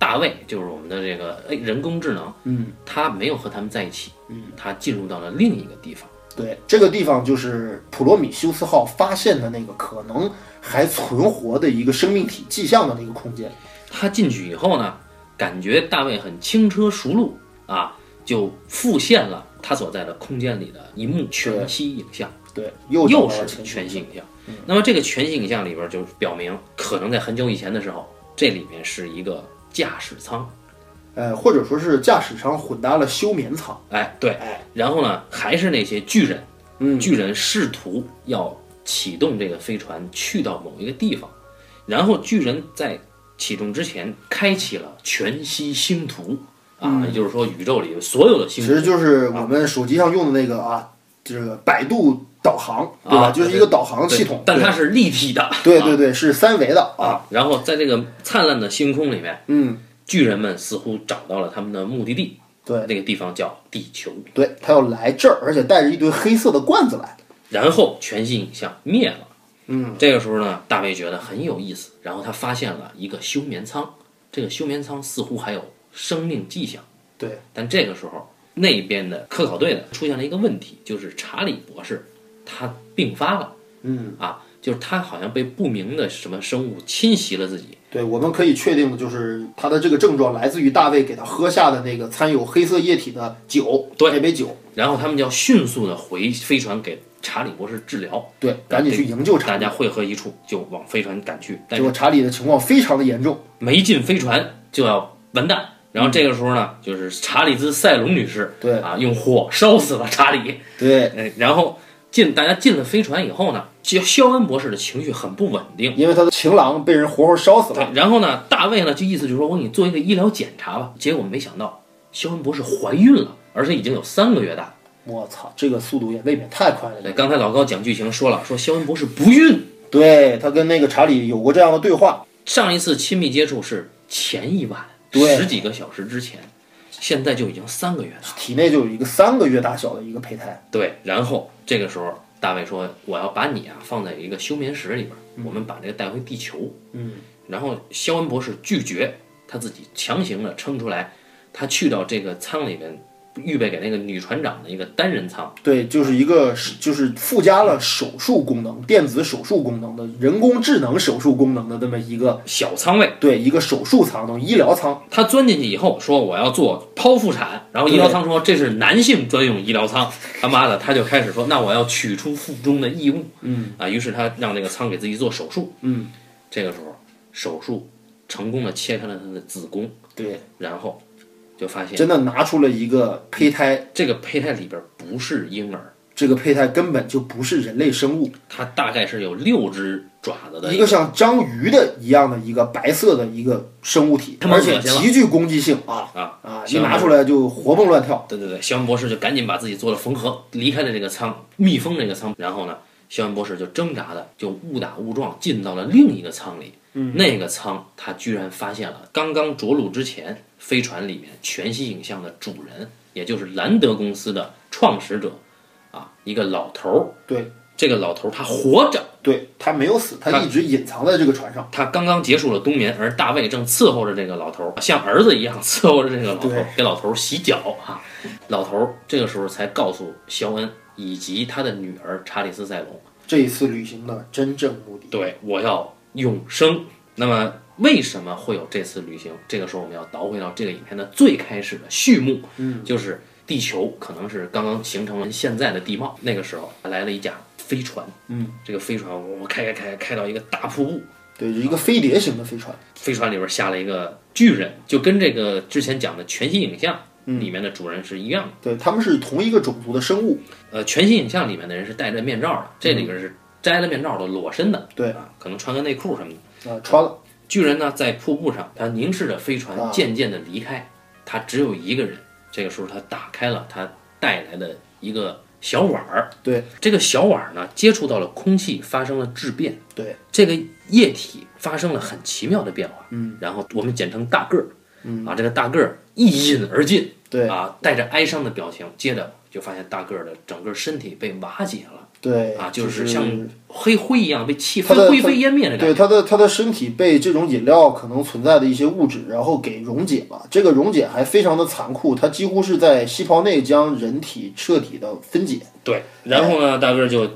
大卫就是我们的这个哎人工智能，嗯，他没有和他们在一起，嗯，他进入到了另一个地方。对，这个地方就是普罗米修斯号发现的那个可能还存活的一个生命体迹象的那个空间。他进去以后呢，感觉大卫很轻车熟路啊，就复现了他所在的空间里的一幕全息影像，对，又又又是前全息影像。那么这个全息影像里边就表明，可能在很久以前的时候，这里面是一个驾驶舱。呃，或者说是驾驶舱混搭了休眠舱。哎，对，哎然后呢，还是那些巨人，嗯巨人试图要启动这个飞船去到某一个地方，然后巨人在启动之前开启了全息星图啊，嗯也就是说宇宙里所有的其星实图，就是我们手机上用的那个啊，这个百度导航，对吧？啊就是一个导航系统对，但它对是立体的，对啊对对，是三维的啊，啊。然后在这个灿烂的星空里面，嗯，巨人们似乎找到了他们的目的地，对那个地方叫地球。对，他要来这儿，而且带着一堆黑色的罐子来，然后全息影像灭了。嗯，这个时候呢，大卫觉得很有意思，然后他发现了一个休眠舱，这个休眠舱似乎还有生命迹象。对，但这个时候，那边的科考队呢出现了一个问题，就是查理博士他病发了嗯，啊，就是他好像被不明的什么生物侵袭了自己。对，我们可以确定的就是他的这个症状来自于大卫给他喝下的那个掺有黑色液体的酒，对那杯酒，然后他们就要迅速的回飞船给查理博士治疗，对，赶紧去营救查大理家，汇合一处就往飞船赶去。但结是果查理的情况非常的严重，没进飞船就要完蛋。然后这个时候呢，就是查理兹·塞隆女士，对啊，用火烧死了查理。对，呃，然后进大家进了飞船以后呢，肖肖恩博士的情绪很不稳定。因为他的情郎被人活活烧死了对，，然后呢，大卫呢就意思就是说我给你做一个医疗检查吧。结果没想到肖恩博士怀孕了，而且已经有三个月大。我操，这个速度也未免太快了对，点。刚才老高讲剧情说了，说肖恩博士不孕，对他跟那个查理有过这样的对话，上一次亲密接触是前一晚，对十几个小时之前，现在就已经三个月大了。体内就有一个三个月大小的一个胚胎。对，然后这个时候大卫说：“我要把你啊放在一个休眠室里边儿，我们把这个带回地球。”嗯，然后肖恩博士拒绝，他自己强行的撑出来，他去到这个舱里面，预备给那个女船长的一个单人舱。对，就是一个就是附加了手术功能、电子手术功能的人工智能手术功能的这么一个小仓位，对一个手术舱，等于医疗舱。他钻进去以后说我要做剖腹产，然后医疗舱说这是男性专用医疗舱，他妈的他就开始说那我要取出腹中的异物，嗯啊，于是他让这个舱给自己做手术，嗯，这个时候手术成功的切开了他的子宫，对，然后就发现真的拿出了一个胚胎。这个胚胎里边不是婴儿，这个胚胎根本就不是人类生物，它大概是有六只爪子的一个像章鱼的一样的一个白色的一个生物体，他妈而恶心且了极具攻击性啊啊啊！一行拿出来就活蹦乱跳。对对对，肖恩博士就赶紧把自己做了缝合，离开了这个舱，密封这个舱。然后呢，肖恩博士就挣扎的就误打误撞进到了另一个舱里。嗯，那个舱他居然发现了刚刚着陆之前飞船里面全息影像的主人，也就是兰德公司的创始者，啊，一个老头儿。对，这个老头儿他活着，对，它没有死，它它一直隐藏在这个船上。他刚刚结束了冬眠，而大卫正伺候着这个老头儿，像儿子一样伺候着这个老头对儿，给老头儿洗脚啊。老头儿这个时候才告诉肖恩以及他的女儿查理斯·塞隆，这一次旅行的真正目的，对我要永生。那么为什么会有这次旅行？这个时候我们要倒回到这个影片的最开始的序幕，嗯，就是地球可能是刚刚形成了现在的地貌，那个时候来了一架飞船，嗯，这个飞船我开开开开到一个大瀑布，对，一个飞碟型的飞船。飞船里边下了一个巨人，就跟这个之前讲的全息影像嗯里面的主人是一样的。对，他们是同一个种族的生物。呃，全息影像里面的人是戴着面罩的，这里边是摘了面罩的，裸身的，嗯对啊，可能穿个内裤什么的。啊，穿了，巨人呢，在瀑布上，他凝视着飞啊船渐渐的离开，他只有一个人。这个时候，他打开了他带来的一个小碗儿，对这个小碗儿呢，接触到了空气，发生了质变。对，这个液体发生了很奇妙的变化，嗯，然后我们简称大个儿，嗯啊，这个大个儿一饮而尽，对啊，带着哀伤的表情，接着就发现大个儿的整个身体被瓦解了，对啊，就就是像黑灰一样被气它的氛灰飞烟灭的感对觉，它的它的身体被这种饮料可能存在的一些物质，然后给溶解了。这个溶解还非常的残酷，它几乎是在细胞内将人体彻底的分解。对，然后呢，大个儿就哎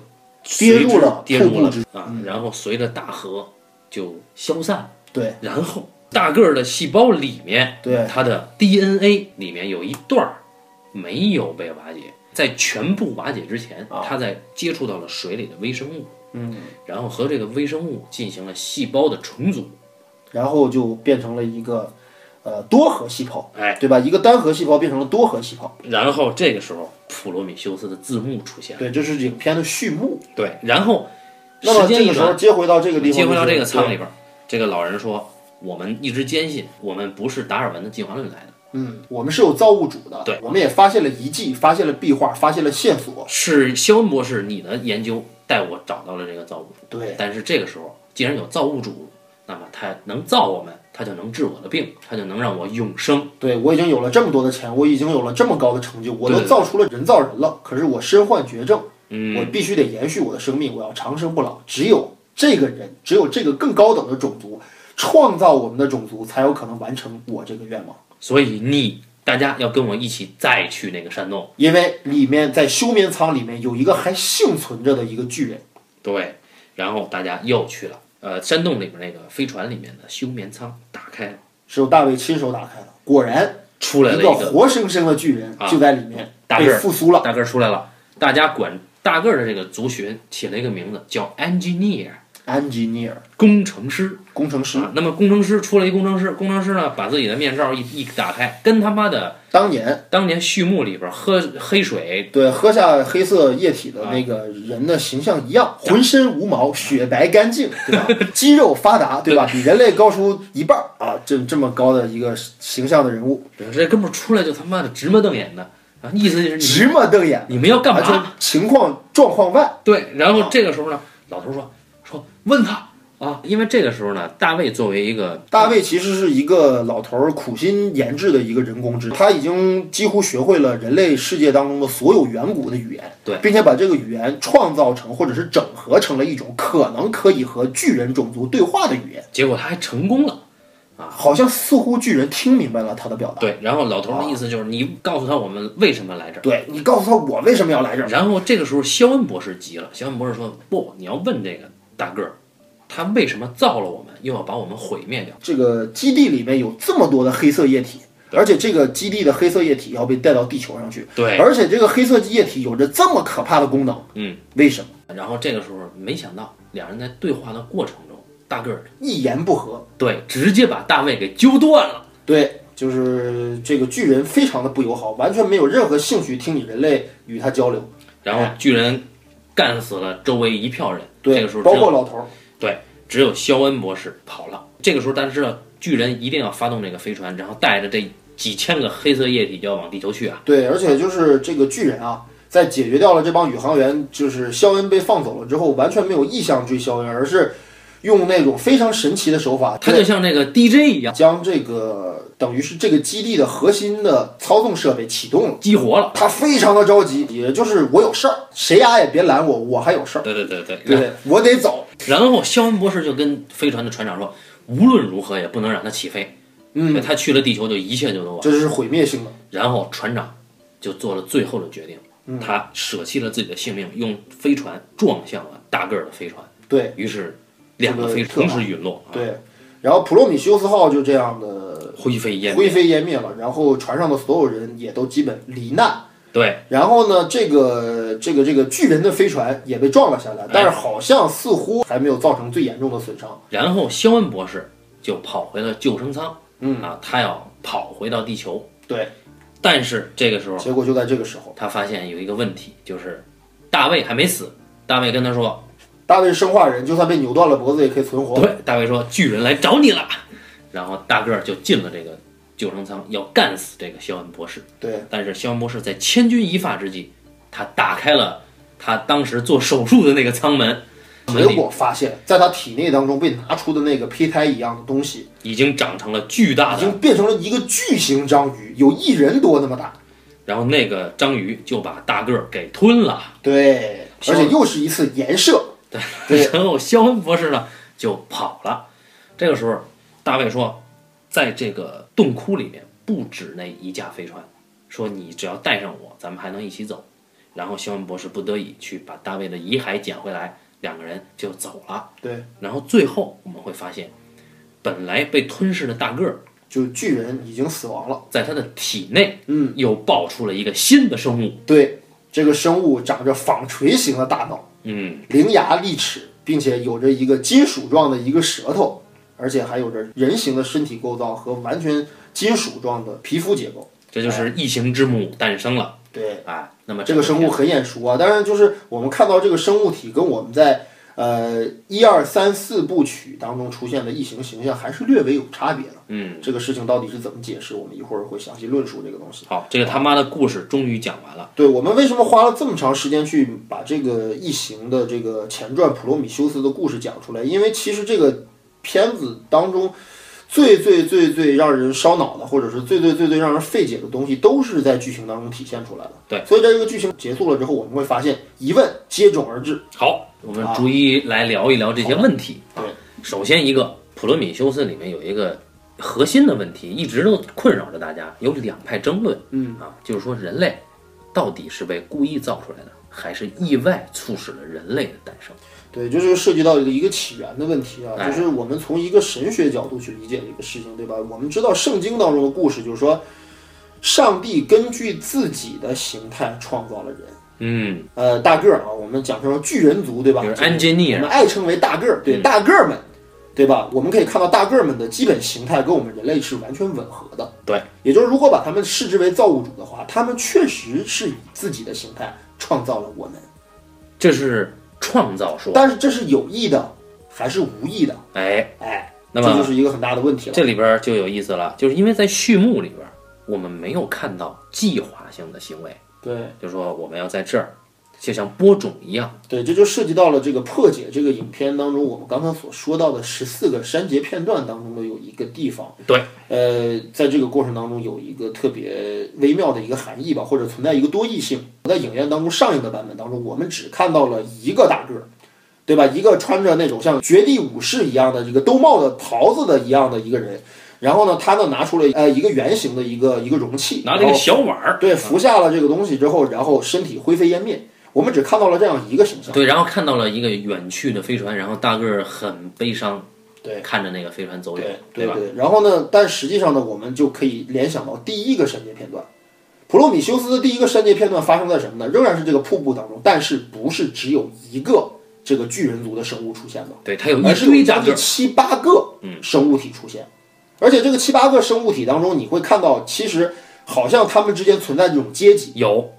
跌入随之了跌入瀑布嗯了啊，然后随着大河就消散，对然后大个儿的细胞里面，对它的 DNA 里面有一段儿没有被瓦解，在全部瓦解之前，啊它在接触到了水里的微生物，嗯，然后和这个微生物进行了细胞的重组，然后就变成了一个呃多核细胞，哎，对吧？一个单核细胞变成了多核细胞。然后这个时候普罗米修斯的字幕出现了，对，这是影片的序幕。对，然后那么时这间一个时候转，接回到这个地方，接回到就是这个舱对里边儿，这个老人说，我们一直坚信我们不是达尔文的进化论来的。嗯，我们是有造物主的，对我们也发现了遗迹，发现了壁画，发现了线索，是肖恩博士，你的研究带我找到了这个造物主。对，但是这个时候，既然有造物主，那么他能造我们，他就能治我的病，他就能让我永生。对我已经有了这么多的钱，我已经有了这么高的成就，我都对对造出了人造人了，可是我身患绝症，嗯，我必须得延续我的生命，我要长生不老，只有这个人，只有这个更高等的种族。创造我们的种族，才有可能完成我这个愿望，所以你大家要跟我一起再去那个山洞。因为里面在休眠舱里面有一个还幸存着的一个巨人，对，然后大家又去了。呃，山洞里面那个飞船里面的休眠舱打开了，是由大卫亲手打开的，果然出来了一一个个活生生的巨人啊就在里面大被个儿复苏了。大个儿出来了。大家管大个儿的这个族群起了一个名字叫 engineer， engineer 工程师。工程师，啊，那么工程师出了一工程师，工程师呢把自己的面罩一一打开，跟他妈的当年当年序幕里边喝黑水，对喝下黑色液体的那个人的形象一样，嗯浑身无毛，雪白干净，<laughs> 对吧？肌肉发达，对吧？比人类高出一半儿啊！这这么高的一个形象的人物，这哥们儿出来就他妈的直目瞪眼的啊，意思就是你直目瞪眼，啊你们要干而嘛？且情况状况外，对，然哦后这个时候呢，老头说说问他啊，因为这个时候呢，大卫作为一个大卫其实是一个老头儿苦心研制的一个人工智能，他已经几乎学会了人类世界当中的所有远古的语言，对并且把这个语言创造成或者是整合成了一种可能可以和巨人种族对话的语言。结果他还成功了，好像似乎巨人听明白了他的表达。啊对，然后老头的意思就是你告诉他我们为什么来这儿。对，你告诉他我为什么要来这儿。然后这个时候，肖恩博士急了。肖恩博士说：“不，你要问这个大个儿，他为什么造了我们，又要把我们毁灭掉？”这个基地里面有这么多的黑色液体，而且这个基地的黑色液体要被带到地球上去。对而且这个黑色液体有着这么可怕的功能，嗯，为什么？然后这个时候，没想到两人在对话的过程中，大个儿一言不合，对直接把大卫给揪断了。对，就是这个巨人非常的不友好，完全没有任何兴趣听你人类与他交流。然后巨人干死了周围一票人，哎对，这个时候包只有括老头儿，对，只有肖恩博士跑了。这个时候大家知道，巨人一定要发动这个飞船，然后带着这几千个黑色液体就要往地球去啊。对，而且就是这个巨人啊，在解决掉了这帮宇航员，就是肖恩被放走了之后，完全没有意向追肖恩，而是用那种非常神奇的手法，他就像那个 DJ 一样将这个等于是这个基地的核心的操纵设备启动了。激活了。他非常的着急，也就是我有事儿，谁丫也别拦我，我还有事儿，对对对对。对我得走。然后肖恩博士就跟飞船的船长说，无论如何也不能让它起飞。嗯，他去了地球就一切就都完。这是毁灭性的。然后船长就做了最后的决定，嗯他舍弃了自己的性命，用飞船撞向了大个儿的飞船，对于是两个飞这个同时陨落，啊，对，然后普罗米修斯号就这样的灰飞烟灰飞烟灭了，然后船上的所有人也都基本罹难。对，然后呢，这个这个这个巨人的飞船也被撞了下来，但是好像似乎还没有造成最严重的损伤。然后肖恩博士就跑回了救生舱，嗯啊，他要跑回到地球，对，但是这个时候结果就在这个时候，他发现有一个问题，就是大卫还没死。大卫跟他说大卫生化人就算被扭断了脖子也可以存：“活。对，大卫说巨人来找你了。”然后大个儿就进了这个救生舱，要干死这个肖恩博士。对，但是肖恩博士在千钧一发之际，他打开了他当时做手术的那个舱门，门结里果发现，在他体内当中被拿出的那个胚胎一样的东西，已经长成了巨大已的，经变成了一个巨型章鱼，有一人多那么大。然后那个章鱼就把大个儿给吞了。对，而且又是一次颜射。对然后肖恩博士呢就跑了。这个时候，大卫说，在这个洞窟里面不止那一架飞船，说你只要带上我，咱们还能一起走。然后肖恩博士不得已去把大卫的遗骸捡回来，两个人就走了。对，然后最后我们会发现，本来被吞噬的大个儿，就巨人已经死亡了。在他的体内，嗯，又爆出了一个新的生物，对，这个生物长着纺锤形的大脑。嗯，伶牙俐齿，并且有着一个金属状的一个舌头，而且还有着人形的身体构造和完全金属状的皮肤结构。这就是异形之母诞生了，哎对，哎，那么这个生物很眼熟啊。当然，就是我们看到这个生物体跟我们在呃一二三四部曲当中出现的异形形象还是略微有差别的。嗯，这个事情到底是怎么解释？我们一会儿会详细论述这个东西。好，这个他妈的故事终于讲完了，对我们为什么花了这么长时间去把这个《异形》的这个前传《普罗米修斯》的故事讲出来？因为其实这个片子当中最最最最让人烧脑的，或者是最最最最让人费解的东西，都是在剧情当中体现出来的。对，所以在这个剧情结束了之后，我们会发现疑问接踵而至。好，我们逐一来聊一聊这些问题。好的首先一个《普罗米修斯》里面有一个核心的问题，一直都困扰着大家，有两派争论，嗯啊，就是说人类到底是被故意造出来的，还是意外促使了人类的诞生？对，就是涉及到一个起源的问题啊，哎就是我们从一个神学角度去理解这个事情，对吧？我们知道圣经当中的故事，就是说，上帝根据自己的形态创造了人。嗯，呃，大个儿啊，我们讲成巨人族，对吧？比如啊这个安吉尼我尔，们爱称为大个儿，对、嗯大个儿们，对吧？我们可以看到大个儿们的基本形态跟我们人类是完全吻合的。对，也就是如果把他们视之为造物主的话，他们确实是以自己的形态创造了我们，这是创造说。但是这是有意的还是无意的？哎，哎，那这就么是一个很大的问题了。这里边就有意思了，就是因为在序幕里边，我们没有看到计划性的行为，对就是说我们要在这儿，就像播种一样。对，这就涉及到了这个破解这个影片当中我们刚刚所说到的十四个删节片段当中的有一个地方。对，呃，在这个过程当中有一个特别微妙的一个含义吧，或者存在一个多义性。在影院当中上映的版本当中，我们只看到了一个大个儿，对吧？一个穿着那种像绝地武士一样的这个兜帽的袍子的一样的一个人，然后呢，他呢拿出了呃一个圆形的一个一个容器，拿这然个后小碗儿，对服下了这个东西之后，然后身体灰飞烟灭。我们只看到了这样一个形象。对，然后看到了一个远去的飞船，然后大个儿很悲伤，对看着那个飞船走远，对吧？对。然后呢，但实际上呢，我们就可以联想到第一个删节片段，普罗米修斯的第一个删节片段发生在什么呢？仍然是这个瀑布当中，但是不是只有一个这个巨人族的生物出现的，对，它有而一是有堆将大个近儿，嗯七八个生物体出现，而且这个七八个生物体当中，你会看到其实好像他们之间存在这种阶级，有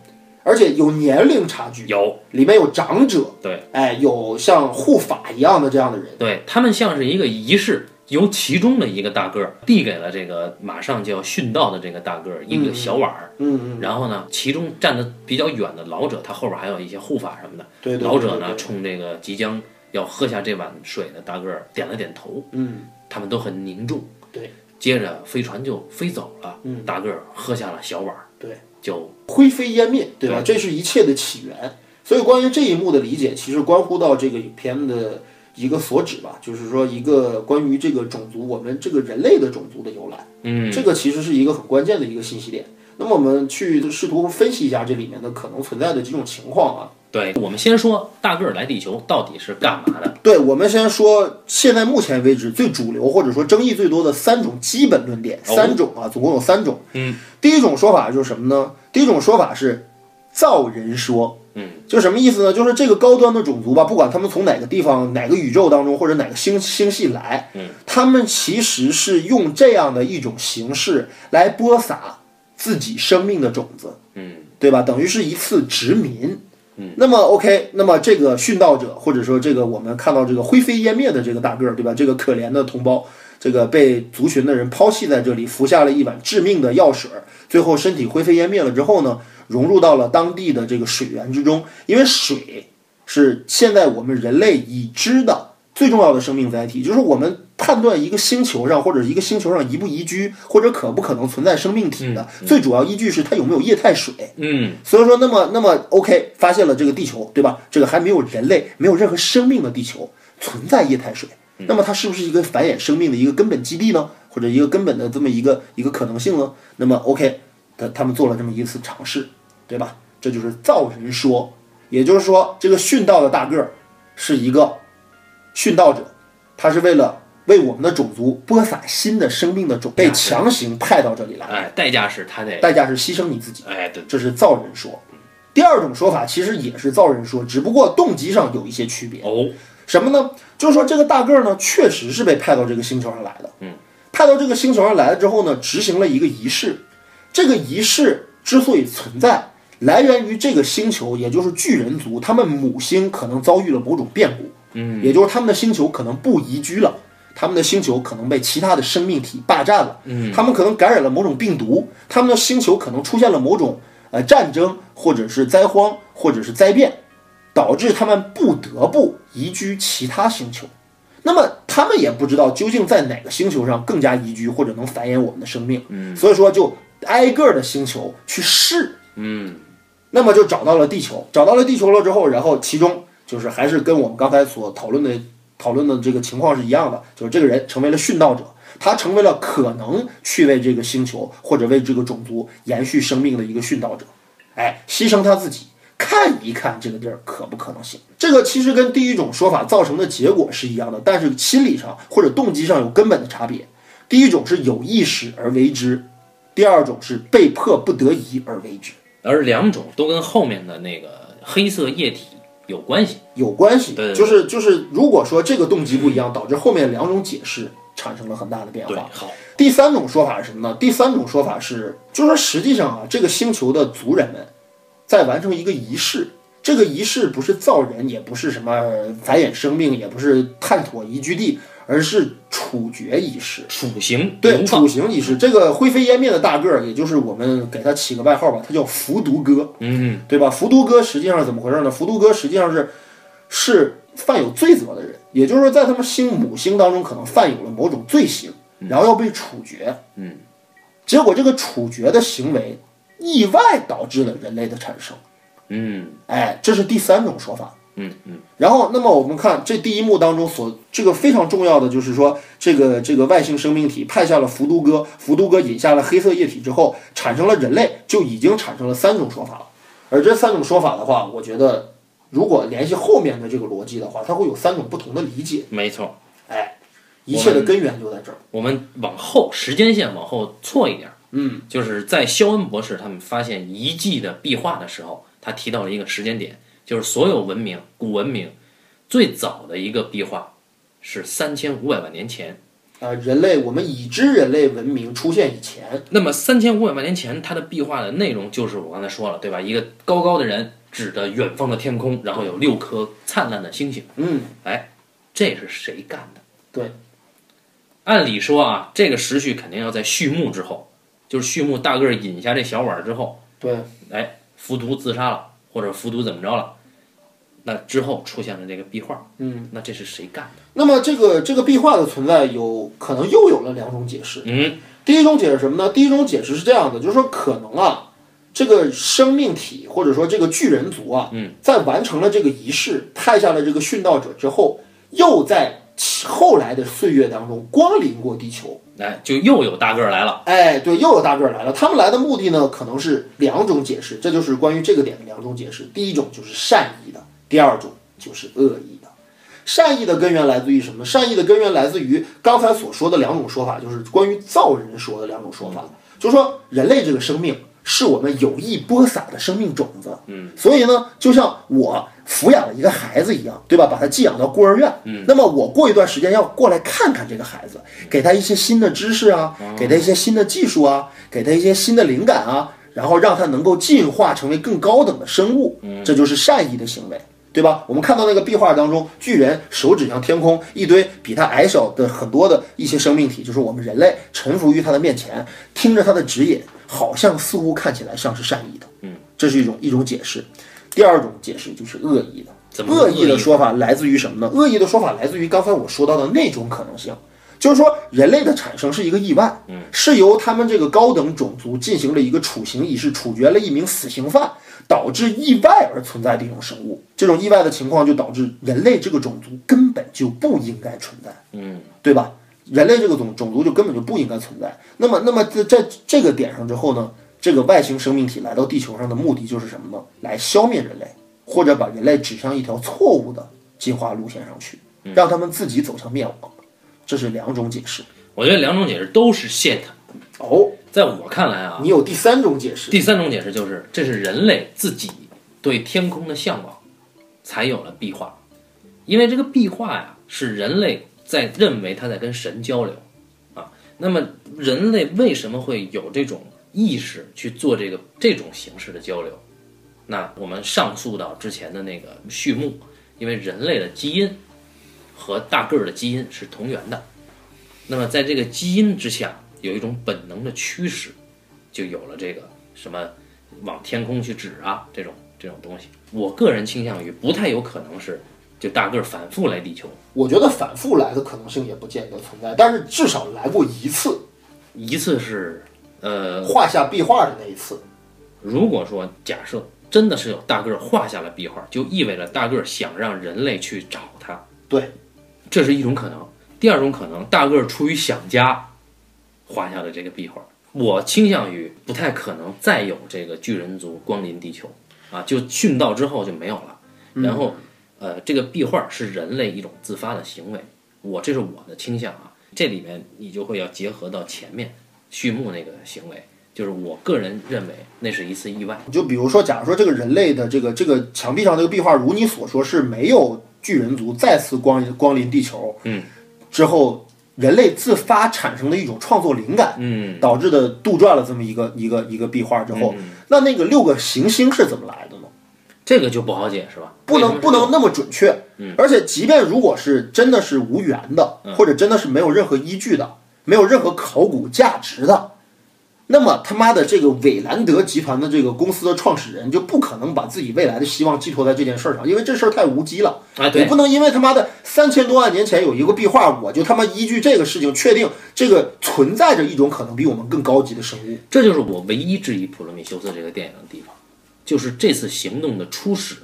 而且有年龄差距，有里面有长者，对，哎，有像护法一样的这样的人，对他们像是一个仪式，由其中的一个大个儿递给了这个马上就要殉道的这个大个儿一个小碗儿，嗯嗯，然后呢，其中站得比较远的老者，他后边还有一些护法什么的，对对，老者对呢，冲这个即将要喝下这碗水的大个儿点了点头，嗯，他们都很凝重。对，接着飞船就飞走了，嗯大个儿喝下了小碗儿，对，就灰飞烟灭，对吧？这是一切的起源。所以关于这一幕的理解，其实关乎到这个影片的一个所指吧，就是说一个关于这个种族，我们这个人类的种族的由来。嗯，这个其实是一个很关键的一个信息点。那么我们去试图分析一下这里面的可能存在的几种情况啊。对。我们先说大个儿来地球到底是干嘛的？对，我们先说现在目前为止最主流或者说争议最多的三种基本论点，哦三种啊，总共有三种。嗯，第一种说法就是什么呢？第一种说法是造人说。嗯，就什么意思呢？就是这个高端的种族吧，不管他们从哪个地方、哪个宇宙当中或者哪个星星系来，嗯，他们其实是用这样的一种形式来播撒自己生命的种子。嗯，对吧？等于是一次殖民。嗯，那么 OK，那么这个殉道者，或者说这个我们看到这个灰飞烟灭的这个大个儿，对吧？这个可怜的同胞，这个被族群的人抛弃在这里，服下了一碗致命的药水儿，最后身体灰飞烟灭了之后呢，融入到了当地的这个水源之中，因为水是现在我们人类已知的最重要的生命载体，就是我们判断一个星球上或者一个星球上宜不宜居，或者可不可能存在生命体的、最主要依据是它有没有液态水。嗯，所以说，那么那么 OK，发现了这个地球，对吧？这个还没有人类、没有任何生命的地球存在液态水，那么它是不是一个繁衍生命的一个根本基地呢？或者一个根本的这么一个一个可能性呢？那么 OK，他他们做了这么一次尝试，对吧？这就是造人说，也就是说，这个殉道的大个儿是一个殉道者，他是为了为我们的种族播撒新的生命的种，被强行派到这里来，哎，代价是他得，代价是牺牲你自己。哎，对，这是造人说。第二种说法其实也是造人说，只不过动机上有一些区别。哦，什么呢？就是说这个大个儿呢，确实是被派到这个星球上来的。嗯，派到这个星球上来了之后呢，执行了一个仪式。这个仪式之所以存在，来源于这个星球，也就是巨人族，他们母星可能遭遇了某种变故。嗯，也就是他们的星球可能不宜居了。他们的星球可能被其他的生命体霸占了，嗯，他们可能感染了某种病毒，他们的星球可能出现了某种呃战争，或者是灾荒，或者是灾变，导致他们不得不移居其他星球。那么他们也不知道究竟在哪个星球上更加宜居，或者能繁衍我们的生命。嗯，所以说就挨个儿的星球去试，嗯，那么就找到了地球，找到了地球了之后，然后其中就是还是跟我们刚才所讨论的讨论的这个情况是一样的，就是这个人成为了殉道者，他成为了可能去为这个星球或者为这个种族延续生命的一个殉道者，哎，牺牲他自己。看一看这个地儿可不可能行？这个其实跟第一种说法造成的结果是一样的，但是心理上或者动机上有根本的差别。第一种是有意识而为之，第二种是被迫不得已而为之。而两种都跟后面的那个黑色液体有关系。有关系，对嗯就是就是，如果说这个动机不一样，导致后面两种解释产生了很大的变对，化。好，第三种说法是什么呢？第三种说法是，就是说实际上啊，这个星球的族人们在完成一个仪式，这个仪式不是造人，也不是什么繁衍生命，也不是探索宜居地，而是处决仪式。处刑对，流放处刑仪式，这个灰飞烟灭的大个儿，也就是我们给他起个外号吧，他叫服毒哥。嗯，对吧？服毒哥实际上是怎么回事呢？服毒哥实际上是是犯有罪责的人，也就是说，在他们星母星当中可能犯有了某种罪行，然后要被处决。嗯，结果这个处决的行为意外导致了人类的产生。嗯，哎，这是第三种说法。嗯嗯。然后，那么我们看这第一幕当中所这个非常重要的就是说，这个这个外星生命体派下了伏都哥，伏都哥引下了黑色液体之后，产生了人类，就已经产生了三种说法了。而这三种说法的话，我觉得如果联系后面的这个逻辑的话，它会有三种不同的理解。没错。哎，一切的根源就在这儿。我们往后时间线往后错一点，嗯，就是在肖恩博士他们发现遗迹的壁画的时候，他提到了一个时间点，就是所有文明古文明最早的一个壁画是三千五百万年前，呃，人类我们已知人类文明出现以前，那么三千五百万年前，它的壁画的内容就是我刚才说了，对吧？一个高高的人指着远方的天空，然后有六颗灿烂的星星。嗯，哎，这是谁干的？对，按理说啊，这个时序肯定要在序幕之后，就是序幕大个儿饮下这小碗之后，对，哎，服毒自杀了，或者服毒怎么着了，那之后出现了这个壁画，嗯，那这是谁干的？那么这个这个壁画的存在有可能又有了两种解释。嗯，第一种解释什么呢？第一种解释是这样的，就是说可能啊，这个生命体或者说这个巨人族啊，嗯，在完成了这个仪式，派下了这个殉道者之后，又在其后来的岁月当中光临过地球。哎，就又有大个儿来了。哎，对，又有大个儿来了。他们来的目的呢，可能是两种解释，这就是关于这个点的两种解释。第一种就是善意的，第二种就是恶意的。善意的根源来自于什么？善意的根源来自于刚才所说的两种说法，就是关于造人说的两种说法，就是说人类这个生命是我们有意播撒的生命种子。嗯，所以呢，就像我抚养了一个孩子一样，对吧？把他寄养到孤儿院。嗯，那么我过一段时间要过来看看这个孩子，给他一些新的知识啊，给他一些新的技术啊，给他一些新的灵感啊，然后让他能够进化成为更高等的生物。嗯，这就是善意的行为。对吧？我们看到那个壁画当中，巨人手指向天空，一堆比他矮小的很多的一些生命体，就是我们人类臣服于他的面前，听着他的指引，好像似乎看起来像是善意的。嗯，这是一种一种解释。第二种解释就是恶意的。怎么恶个意的说法来自于什么呢？恶意的说法来自于刚才我说到的那种可能性，就是说人类的产生是一个意外，嗯，是由他们这个高等种族进行了一个处刑仪式，处决了一名死刑犯，导致意外而存在的一种生物。这种意外的情况就导致人类这个种族根本就不应该存在，嗯，对吧？人类这个种种族就根本就不应该存在。那么，那么在在这个点上之后呢，这个外星生命体来到地球上的目的就是什么呢？来消灭人类，或者把人类指向一条错误的进化路线上去，让他们自己走向灭亡。这是两种解释。我觉得两种解释都是 shit。哦，在我看来啊，你有第三种解释。第三种解释就是这是人类自己对天空的向往，才有了壁画。因为这个壁画呀，是人类在认为他在跟神交流啊。那么人类为什么会有这种意识去做这个这种形式的交流？那我们上溯到之前的那个序幕，因为人类的基因和大个儿的基因是同源的。那么在这个基因之下，有一种本能的驱使，就有了这个什么往天空去指啊这种这种东西。我个人倾向于不太有可能是就大个儿反复来地球我觉得反复来的可能性也不见得存在，但是至少来过一次，一次是，呃，画下壁画的那一次。如果说假设真的是有大个儿画下了壁画，就意味着大个儿想让人类去找他，对，这是一种可能。第二种可能，大个儿出于想家，画下了这个壁画。我倾向于不太可能再有这个巨人族光临地球啊，就殉道之后就没有了。然后，呃，这个壁画是人类一种自发的行为，我这是我的倾向啊。这里面你就会要结合到前面序幕那个行为，就是我个人认为那是一次意外。就比如说，假如说这个人类的这个这个墙壁上这个壁画，如你所说是没有巨人族再次光临光临地球，嗯，之后人类自发产生的一种创作灵感，嗯，导致的杜撰了这么一个一个一个壁画之后，那那个六个行星是怎么来的呢？这个就不好解释吧？不为什能么是嗯不能那么准确。而且即便如果是真的是无缘的，或者真的是没有任何依据的，没有任何考古价值的，那么他妈的这个韦兰德集团的这个公司的创始人就不可能把自己未来的希望寄托在这件事儿上，因为这事儿太无稽了。啊？你对，不能因为他妈的三千多万年前有一个壁画，我就他妈依据这个事情确定这个存在着一种可能比我们更高级的生物。这就是我唯一质疑《普罗米修斯》这个电影的地方，就是这次行动的初始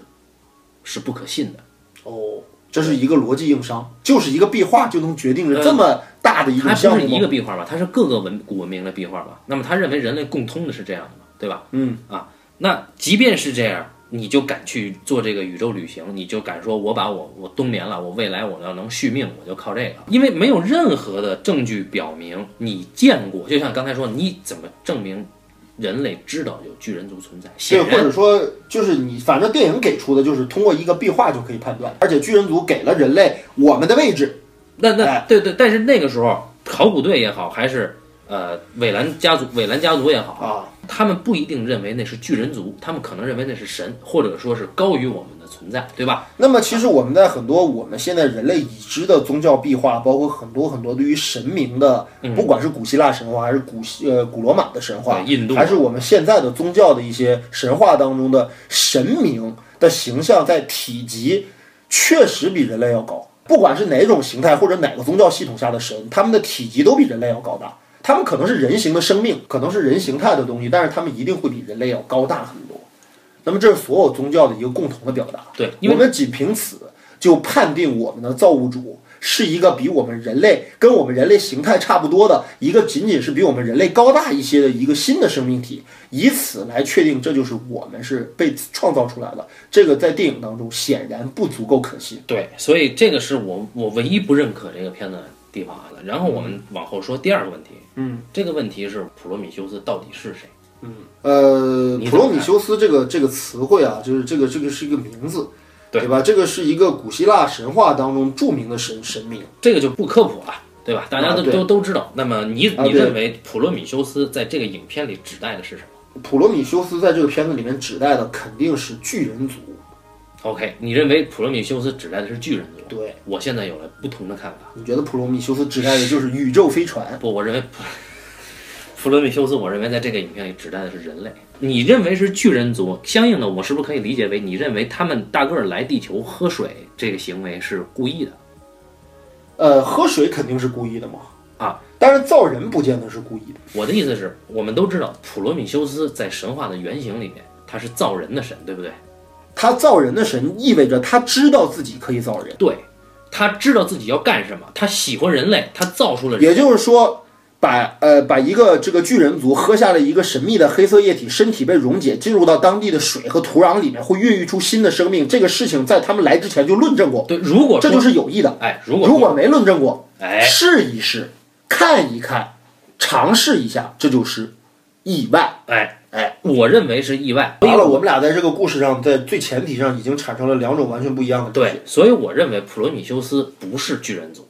是不可信的。哦，这是一个逻辑硬伤，就是一个壁画就能决定着这么大的一呃它种项不目是吗一个壁画嘛，它是各个文古文明的壁画嘛。那么他认为人类共通的是这样的嘛，对吧？嗯啊，那即便是这样，你就敢去做这个宇宙旅行，你就敢说我把我我冬眠了，我未来我要能续命，我就靠这个，因为没有任何的证据表明你见过，就像刚才说，你怎么证明人类知道有巨人族存在？对，显或然者说就是你，反正电影给出的就是通过一个壁画就可以判断，而且巨人族给了人类我们的位置，那那哎对对，但是那个时候考古队也好，还是呃韦兰家族韦兰家族也好，啊，他们不一定认为那是巨人族，他们可能认为那是神，或者说是高于我们的存在，对吧？那么其实我们在很多我们现在人类已知的宗教壁画，包括很多很多对于神明的，不管是古希腊神话还是古希呃古罗马的神话，嗯对印度还是我们现在的宗教的一些神话当中的神明的形象，在体积确实比人类要高。不管是哪种形态或者哪个宗教系统下的神，他们的体积都比人类要高大。他们可能是人形的生命，可能是人形态的东西，但是他们一定会比人类要高大很多。那么这是所有宗教的一个共同的表达。对，因我为们仅凭此就判定我们的造物主是一个比我们人类跟我们人类形态差不多的一个，仅仅是比我们人类高大一些的一个新的生命体，以此来确定这就是我们是被创造出来的。这个在电影当中显然不足够可信。对，所以这个是我我唯一不认可这个片子的地方啊。然后我嗯们往后说第二个问题，嗯，这个问题是普罗米修斯到底是谁？呃你，怎么普罗米修斯这个这个词汇啊，就是这个这个是一个名字，对对吧？这个是一个古希腊神话当中著名的神神明。这个就不科普了。对吧？大家都、啊对都都知道。那么你啊你对认为普罗米修斯在这个影片里指代的是什么普罗米修斯在这个片子里面指代的肯定是巨人族， ？OK，你认为普罗米修斯指代的是巨人族？对，我现在有了不同的看法。你觉得普罗米修斯指代的就是宇宙飞船？不，我认为 <laughs> 普普罗米修斯，我认为在这个影片里指代的是人类。你认为是巨人族，相应的，我是不是可以理解为你认为他们大个儿来地球喝水这个行为是故意的？呃，喝水肯定是故意的嘛。啊，但是造人不见得是故意的。我的意思是，我们都知道普罗米修斯在神话的原型里面，他是造人的神，对不对？他造人的神意味着他知道自己可以造人，对，他知道自己要干什么，他喜欢人类，他造出了人。也就是说，把呃把一个这个巨人族喝下了一个神秘的黑色液体，身体被溶解，进入到当地的水和土壤里面，会孕育出新的生命。这个事情在他们来之前就论证过，对，如果这说就是有意的。哎，如果如果没论证过，哎，试一试，看一看，尝试一下，这就是意外。哎哎，我认为是意外。完了，我们俩在这个故事上，在最前提上已经产生了两种完全不一样的东西对，所以我认为普罗米修斯不是巨人族，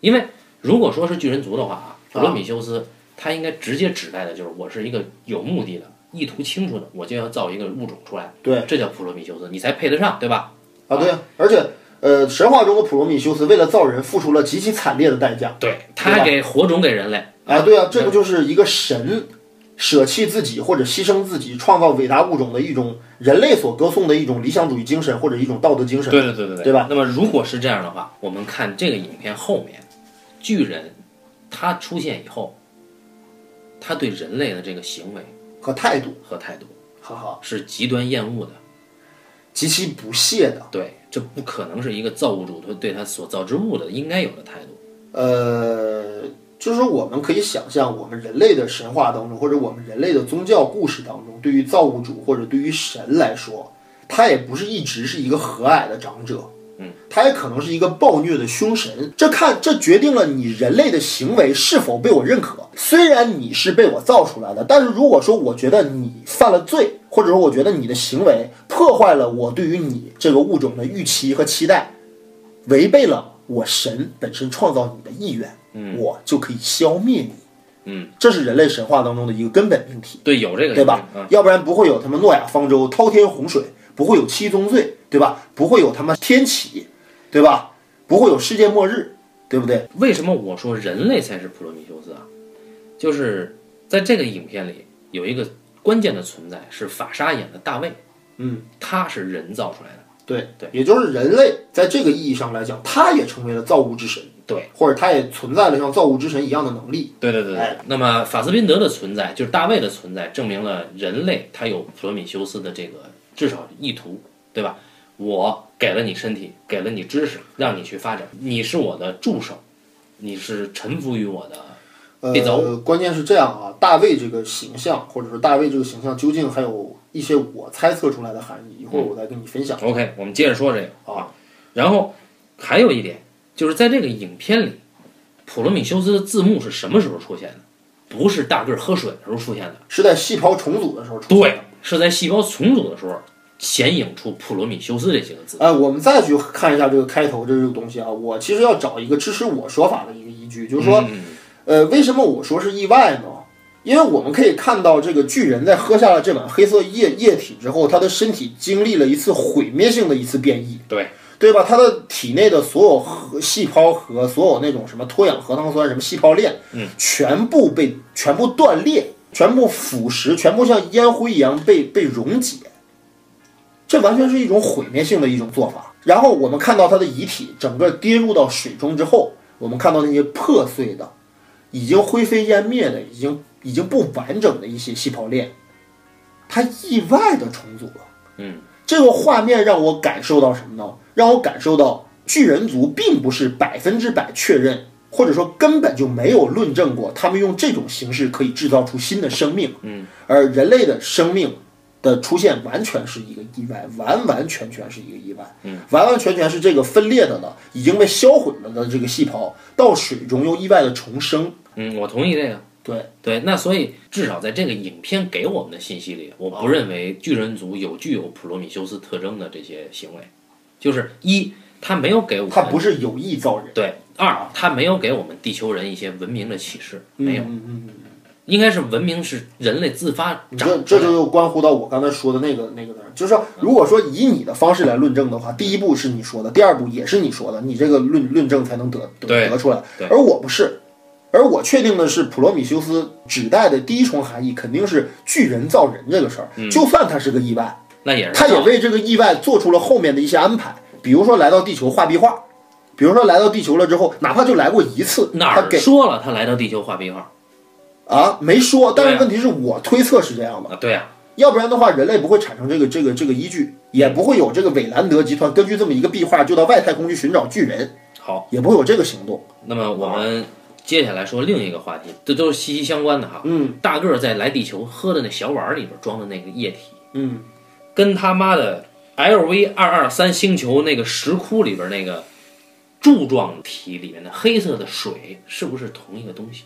因为如果说是巨人族的话啊，普罗米修斯他应该直接指代的就是我是一个有目的的、意图清楚的，我就要造一个物种出来，对这叫普罗米修斯，你才配得上，对吧？啊，对啊，而且呃，神话中的普罗米修斯为了造人付出了极其惨烈的代价对，他还给火种给人类，啊，对嗯啊，这不就是一个神舍弃自己或者牺牲自己创造伟大物种的一种人类所歌颂的一种理想主义精神或者一种道德精神。对对对对对对吧？那么如果是这样的话，我们看这个影片后面，巨人他出现以后，他对人类的这个行为和态度，和态度哈哈，是极端厌恶的。极其不屑的。对，这不可能是一个造物主对对他所造之物的应该有的态度。呃，就是我们可以想象，我们人类的神话当中，或者我们人类的宗教故事当中，对于造物主或者对于神来说，他也不是一直是一个和蔼的长者。嗯，他也可能是一个暴虐的凶神，这看这决定了你人类的行为是否被我认可。虽然你是被我造出来的，但是如果说我觉得你犯了罪，或者说我觉得你的行为破坏了我对于你这个物种的预期和期待，违背了我神本身创造你的意愿，我就可以消灭你。嗯，这是人类神话当中的一个根本命题，对，有这个对吧？嗯，要不然不会有他们诺亚方舟、滔天洪水，不会有七宗罪，对吧？不会有他们天启，对吧？不会有世界末日，对不对？为什么我说人类才是普罗米修斯啊？就是在这个影片里有一个关键的存在是法沙演的大卫，嗯，他是人造出来的。对对也就是人类在这个意义上来讲，他也成为了造物之神，对，或者他也存在了像造物之神一样的能力。对对对对。哎那么法斯宾德的存在，就是大卫的存在，证明了人类他有普罗米修斯的这个至少意图，对吧？我给了你身体，给了你知识，让你去发展，你是我的助手，你是臣服于我的。被造呃，关键是这样啊，大卫这个形象，或者说大卫这个形象，究竟还有一些我猜测出来的含义，一会儿我再跟你分享。 OK，我们接着说这个啊。然后还有一点，就是在这个影片里，普罗米修斯的字幕是什么时候出现的？不是大个儿喝水的时候出现的，是在细胞重组的时候出现对的，，是在细胞重组的时候，显影出普罗米修斯这几个字。哎，我们再去看一下这个开头这个东西啊，我其实要找一个支持我说法的一个依据，就是说，呃，为什么我说是意外呢？因为我们可以看到，这个巨人在喝下了这碗黑色液液体之后，他的身体经历了一次毁灭性的一次变异，对，对吧？他的体内的所有核细胞核，所有那种什么脱氧核糖酸、什么细胞链，嗯，全部被全部断裂，全部腐蚀，全部像烟灰一样被被溶解。这完全是一种毁灭性的一种做法。然后我们看到他的遗体整个跌入到水中之后，我们看到那些破碎的、已经灰飞烟灭的、已经已经不完整的一些细胞链，它意外的重组了。嗯，这个画面让我感受到什么呢？让我感受到巨人族并不是百分之百确认，或者说根本就没有论证过，他们用这种形式可以制造出新的生命。嗯，而人类的生命的出现完全是一个意外，完完全全是一个意外。嗯，完完全全是这个分裂的了，已经被销毁了的这个细胞到水中又意外的重生。嗯，我同意这个。对，对，那所以至少在这个影片给我们的信息里，我不认为巨人族有具有普罗米修斯特征的这些行为，就是一，他没有给我们它不是有意造人。对；二，他没有给我们地球人一些文明的启示，没有，嗯嗯嗯，应该是文明是人类自发长这出这来就的。又关乎到我刚才说的那个那个那儿，就是说，如果说以你的方式来论证的话，第一步是你说的，第二步也是你说的，你这个论论证才能得得对得出来对。而我不是，而我确定的是，普罗米修斯指代的第一重含义肯定是巨人造人这个事儿。嗯就算它是个意外，那也是他也造为这个意外做出了后面的一些安排，比如说来到地球画壁画，比如说来到地球了之后，哪怕就来过一次，哪他儿给说了他来到地球画壁画啊没说，但对是啊问题是我推测是这样的。啊？对啊，要不然的话，人类不会产生这个这个这个依据，也不会有这个韦兰德集团根据这么一个壁画就到外太空去寻找巨人，好，也不会有这个行动。那么我们接下来说另一个话题，这都是息息相关的哈。嗯，大个儿在来地球喝的那小碗儿里边装的那个液体，嗯，跟他妈的 LV 二二三星球那个石窟里边那个柱状体里面的黑色的水是不是同一个东西？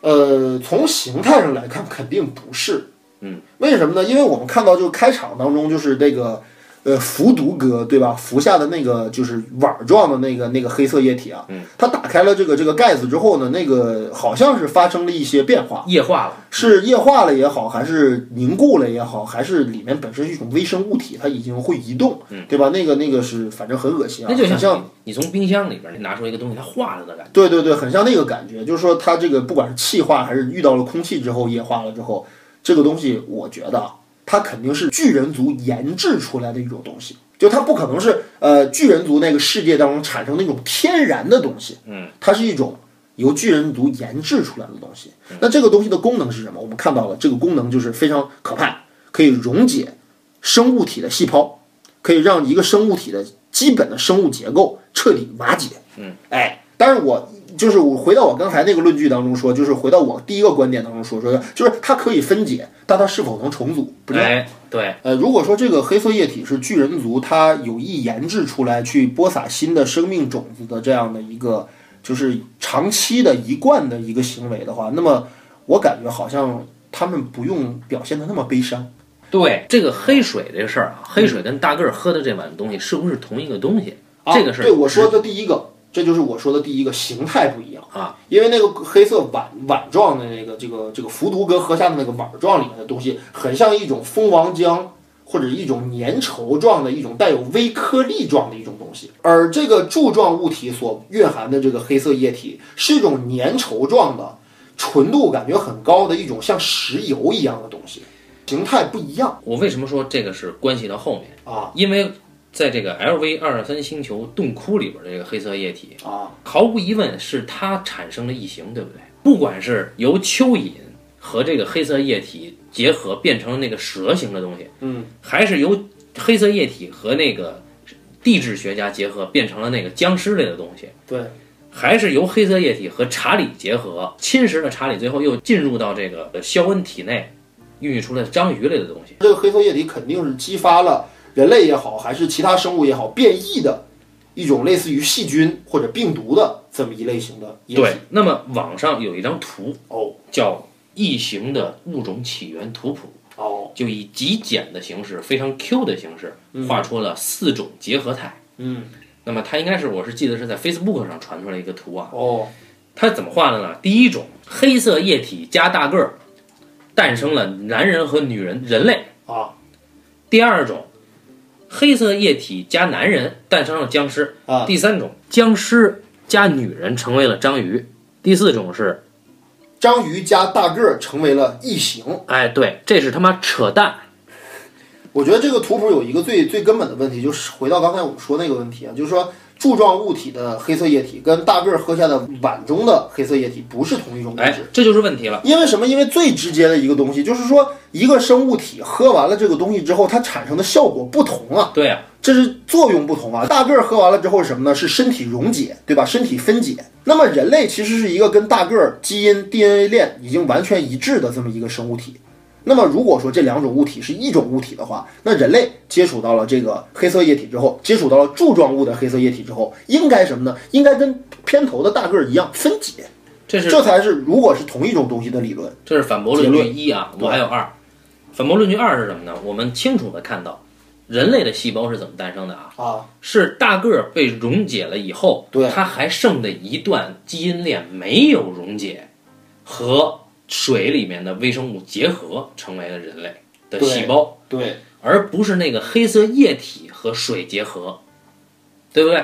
呃，从形态上来看，肯定不是。嗯，为什么呢？因为我们看到就开场当中就是那个，呃，服毒哥对吧？服下的那个就是碗状的那个那个黑色液体啊，嗯，它打开了这个这个盖子之后呢，那个好像是发生了一些变化，液化了，是液化了也好，还是凝固了也好，还是里面本身是一种微生物体，它已经会移动，对吧？那个那个是，反正很恶心啊，那就很像你你从冰箱里边拿出一个东西，它化了的感觉。对对对，很像那个感觉，就是说它这个不管是气化还是遇到了空气之后液化了之后，这个东西我觉得啊它肯定是巨人族研制出来的一种东西，就它不可能是呃巨人族那个世界当中产生那种天然的东西，嗯，它是一种由巨人族研制出来的东西。那这个东西的功能是什么？我们看到了，这个功能就是非常可怕，可以溶解生物体的细胞，可以让一个生物体的基本的生物结构彻底瓦解。嗯，哎，但是我就是我回到我刚才那个论据当中说，就是回到我第一个观点当中说，说就是它可以分解，但它是否能重组不知道。哎，对，呃，如果说这个黑色液体是巨人族它有意研制出来去播撒新的生命种子的这样的一个，就是长期的一贯的一个行为的话，那么我感觉好像他们不用表现的那么悲伤。对这个黑水这个事儿啊，黑水跟大个儿喝的这碗东西是不是同一个东西？这个事儿哦对我说的第一个，这就是我说的第一个形态不一样啊，因为那个黑色碗碗状的那个这个这个服毒哥喝下的那个碗状里面的东西，很像一种蜂王浆或者一种粘稠状的一种带有微颗粒状的一种东西，而这个柱状物体所蕴含的这个黑色液体是一种粘稠状的。纯度感觉很高的一种像石油一样的东西，形态不一样我为什么说这个是关系到后面？啊因为在这个 LV 二二三星球洞窟里边的这个黑色液体，啊！毫无疑问是它产生了异形，对不对？不管是由蚯蚓和这个黑色液体结合变成了那个蛇形的东西，嗯，还是由黑色液体和那个地质学家结合变成了那个僵尸类的东西，对，还是由黑色液体和查理结合侵蚀了查理，最后又进入到这个肖恩体内，孕育出来的章鱼类的东西。这个黑色液体肯定是激发了人类也好，还是其他生物也好变异的一种类似于细菌或者病毒的这么一类型的液对体。，那么网上有一张图哦，叫《异形的物种起源图谱》，哦，就以极简的形式、非常 Q 的形式画出了四种结合态。嗯，那么它应该是，我是记得是在 Facebook 上传出来一个图啊。哦，它怎么画的呢？第一种，黑色液体加大个儿，诞生了男人和女人，人类。啊第二种，黑色液体加男人诞生了僵尸。啊第三种，僵尸加女人成为了章鱼。第四种是，章鱼加大个儿成为了异形。哎，对，这是他妈扯淡。我觉得这个图谱有一个最最根本的问题，就是回到刚才我们说那个问题啊，就是说柱状物体的黑色液体跟大个儿喝下的碗中的黑色液体不是同一种物哎质。，这就是问题了。因为什么？因为最直接的一个东西就是说，一个生物体喝完了这个东西之后，它产生的效果不同啊，对啊，这是作用不同啊。大个儿喝完了之后是什么呢？是身体溶解，对吧？身体分解。那么人类其实是一个跟大个儿基因 DNA 链已经完全一致的这么一个生物体。那么如果说这两种物体是一种物体的话，那人类接触到了这个黑色液体之后，接触到了柱状物的黑色液体之后，应该什么呢？应该跟片头的大个儿一样分解，这是这才是如果是同一种东西的理论。这是反驳论结据论一啊，我对还有二。反驳论据二是什么呢？我们清楚的看到，人类的细胞是怎么诞生的啊？啊，是大个儿被溶解了以后，对它还剩的一段基因链没有溶解，和水里面的微生物结合，成为了人类的对细胞，对，而不是那个黑色液体和水结合，对不对？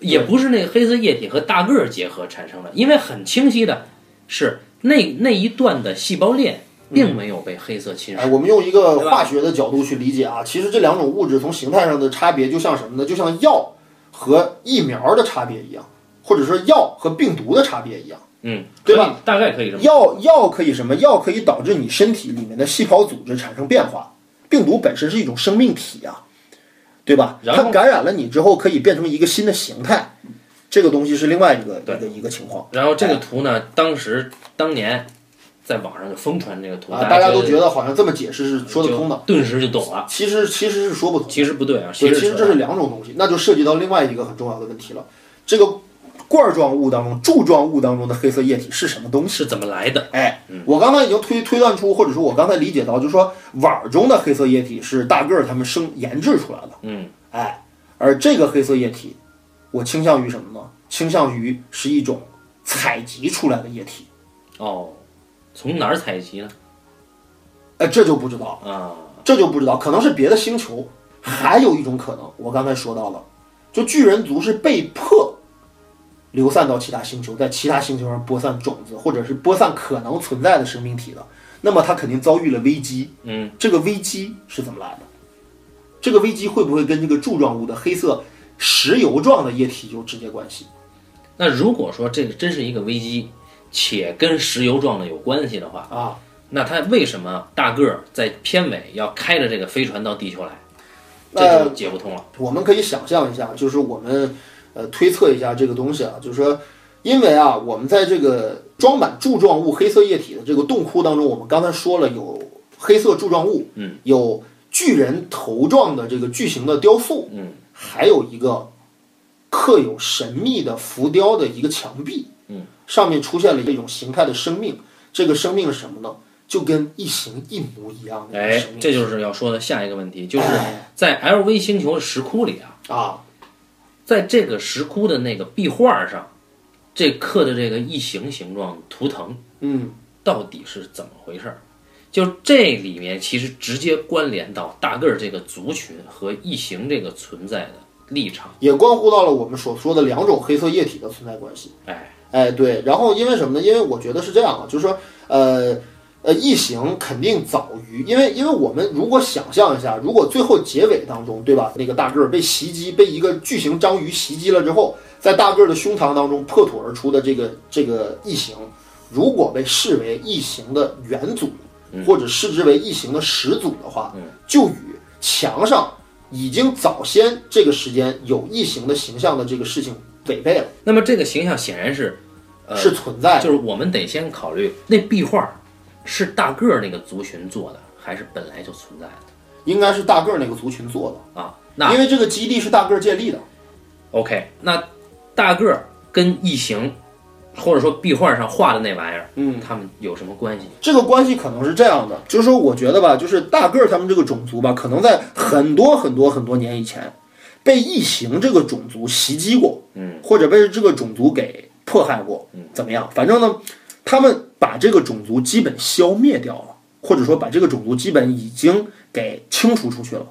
也不是那个黑色液体和大个儿结合产生的，因为很清晰的是那那一段的细胞链并嗯没有被黑色侵哎，蚀。我们用一个对吧化学的角度去理解啊，其实这两种物质从形态上的差别，就像什么呢？就像药和疫苗的差别一样，或者说药和病毒的差别一样。嗯，对吧可以？大概可以这么药药可以什么？药可以导致你身体里面的细胞组织产生变化。病毒本身是一种生命体啊，对吧？然后它感染了你之后，可以变成一个新的形态。这个东西是另外一个对一个一个情况然后这个图呢，当时当年在网上就疯传这个图，啊，大家都就觉得好像这么解释是说得通的，，顿时就懂了。其实其实是说不通的。其实不对啊，对，实其实这是两种东西，那就涉及到另外一个很重要的问题了。这个罐状物当中、柱状物当中的黑色液体是什么东西？是怎么来的？哎，我刚才已经推推断出，或者说我刚才理解到，就是说碗儿中的黑色液体是大个儿他们生研制出来的，嗯，哎，而这个黑色液体，我倾向于什么呢？倾向于是一种采集出来的液体，哦，从哪儿采集呢？哎，这就不知道了，啊，这就不知道，可能是别的星球。还有一种可能，我刚才说到了，就巨人族是被迫流散到其他星球，在其他星球上播散种子，或者是播散可能存在的生命体的，那么他肯定遭遇了危机。嗯，这个危机是怎么来的？这个危机会不会跟这个柱状物的黑色石油状的液体有直接关系？那如果说这个真是一个危机，且跟石油撞的有关系的话，啊，那他为什么大个儿在片尾要开着这个飞船到地球来？这那就解不通了。我们可以想象一下，就是我们呃推测一下这个东西啊，就是说，因为啊，我们在这个装满柱状物黑色液体的这个洞窟当中，我们刚才说了有黑色柱状物，嗯，有巨人头状的这个巨型的雕塑，嗯，还有一个刻有神秘的浮雕的一个墙壁，嗯，上面出现了一种形态的生命，这个生命是什么呢？就跟异形一模一样的一个哎生，命这就是要说的下一个问题，就是哎在 LV 星球的石窟里啊，啊，在这个石窟的那个壁画上，这刻的这个异形形状图腾嗯，到底是怎么回事儿？就这里面其实直接关联到大个儿这个族群和异形这个存在的立场。也关乎到了我们所说的两种黑色液体的存在关系。哎，哎，对，然后因为什么呢？因为我觉得是这样啊，就是说，呃，呃，异形肯定早于，因为因为我们如果想象一下，如果最后结尾当中，对吧？那个大个儿被袭击，被一个巨型章鱼袭击了之后，在大个儿的胸膛当中破土而出的这个这个异形，如果被视为异形的元祖，嗯或者视之为异形的始祖的话，就与墙上已经早先这个时间有异形的形象的这个事情违背了，那么这个形象显然是，呃，是存在的。就是我们得先考虑那壁画是大个儿那个族群做的，还是本来就存在的应该是大个儿那个族群做的，啊？那因为这个基地是大个儿建立的。 OK，那大个儿跟异形或者说壁画上画的那玩意儿，嗯，他们有什么关系？这个关系可能是这样的，就是说，我觉得吧，就是大个儿他们这个种族吧，可能在很多很多很多年以前，被异形这个种族袭击过，嗯，或者被这个种族给迫害过，嗯，怎么样？反正呢，他们把这个种族基本消灭掉了，或者说把这个种族基本已经给清除出去了。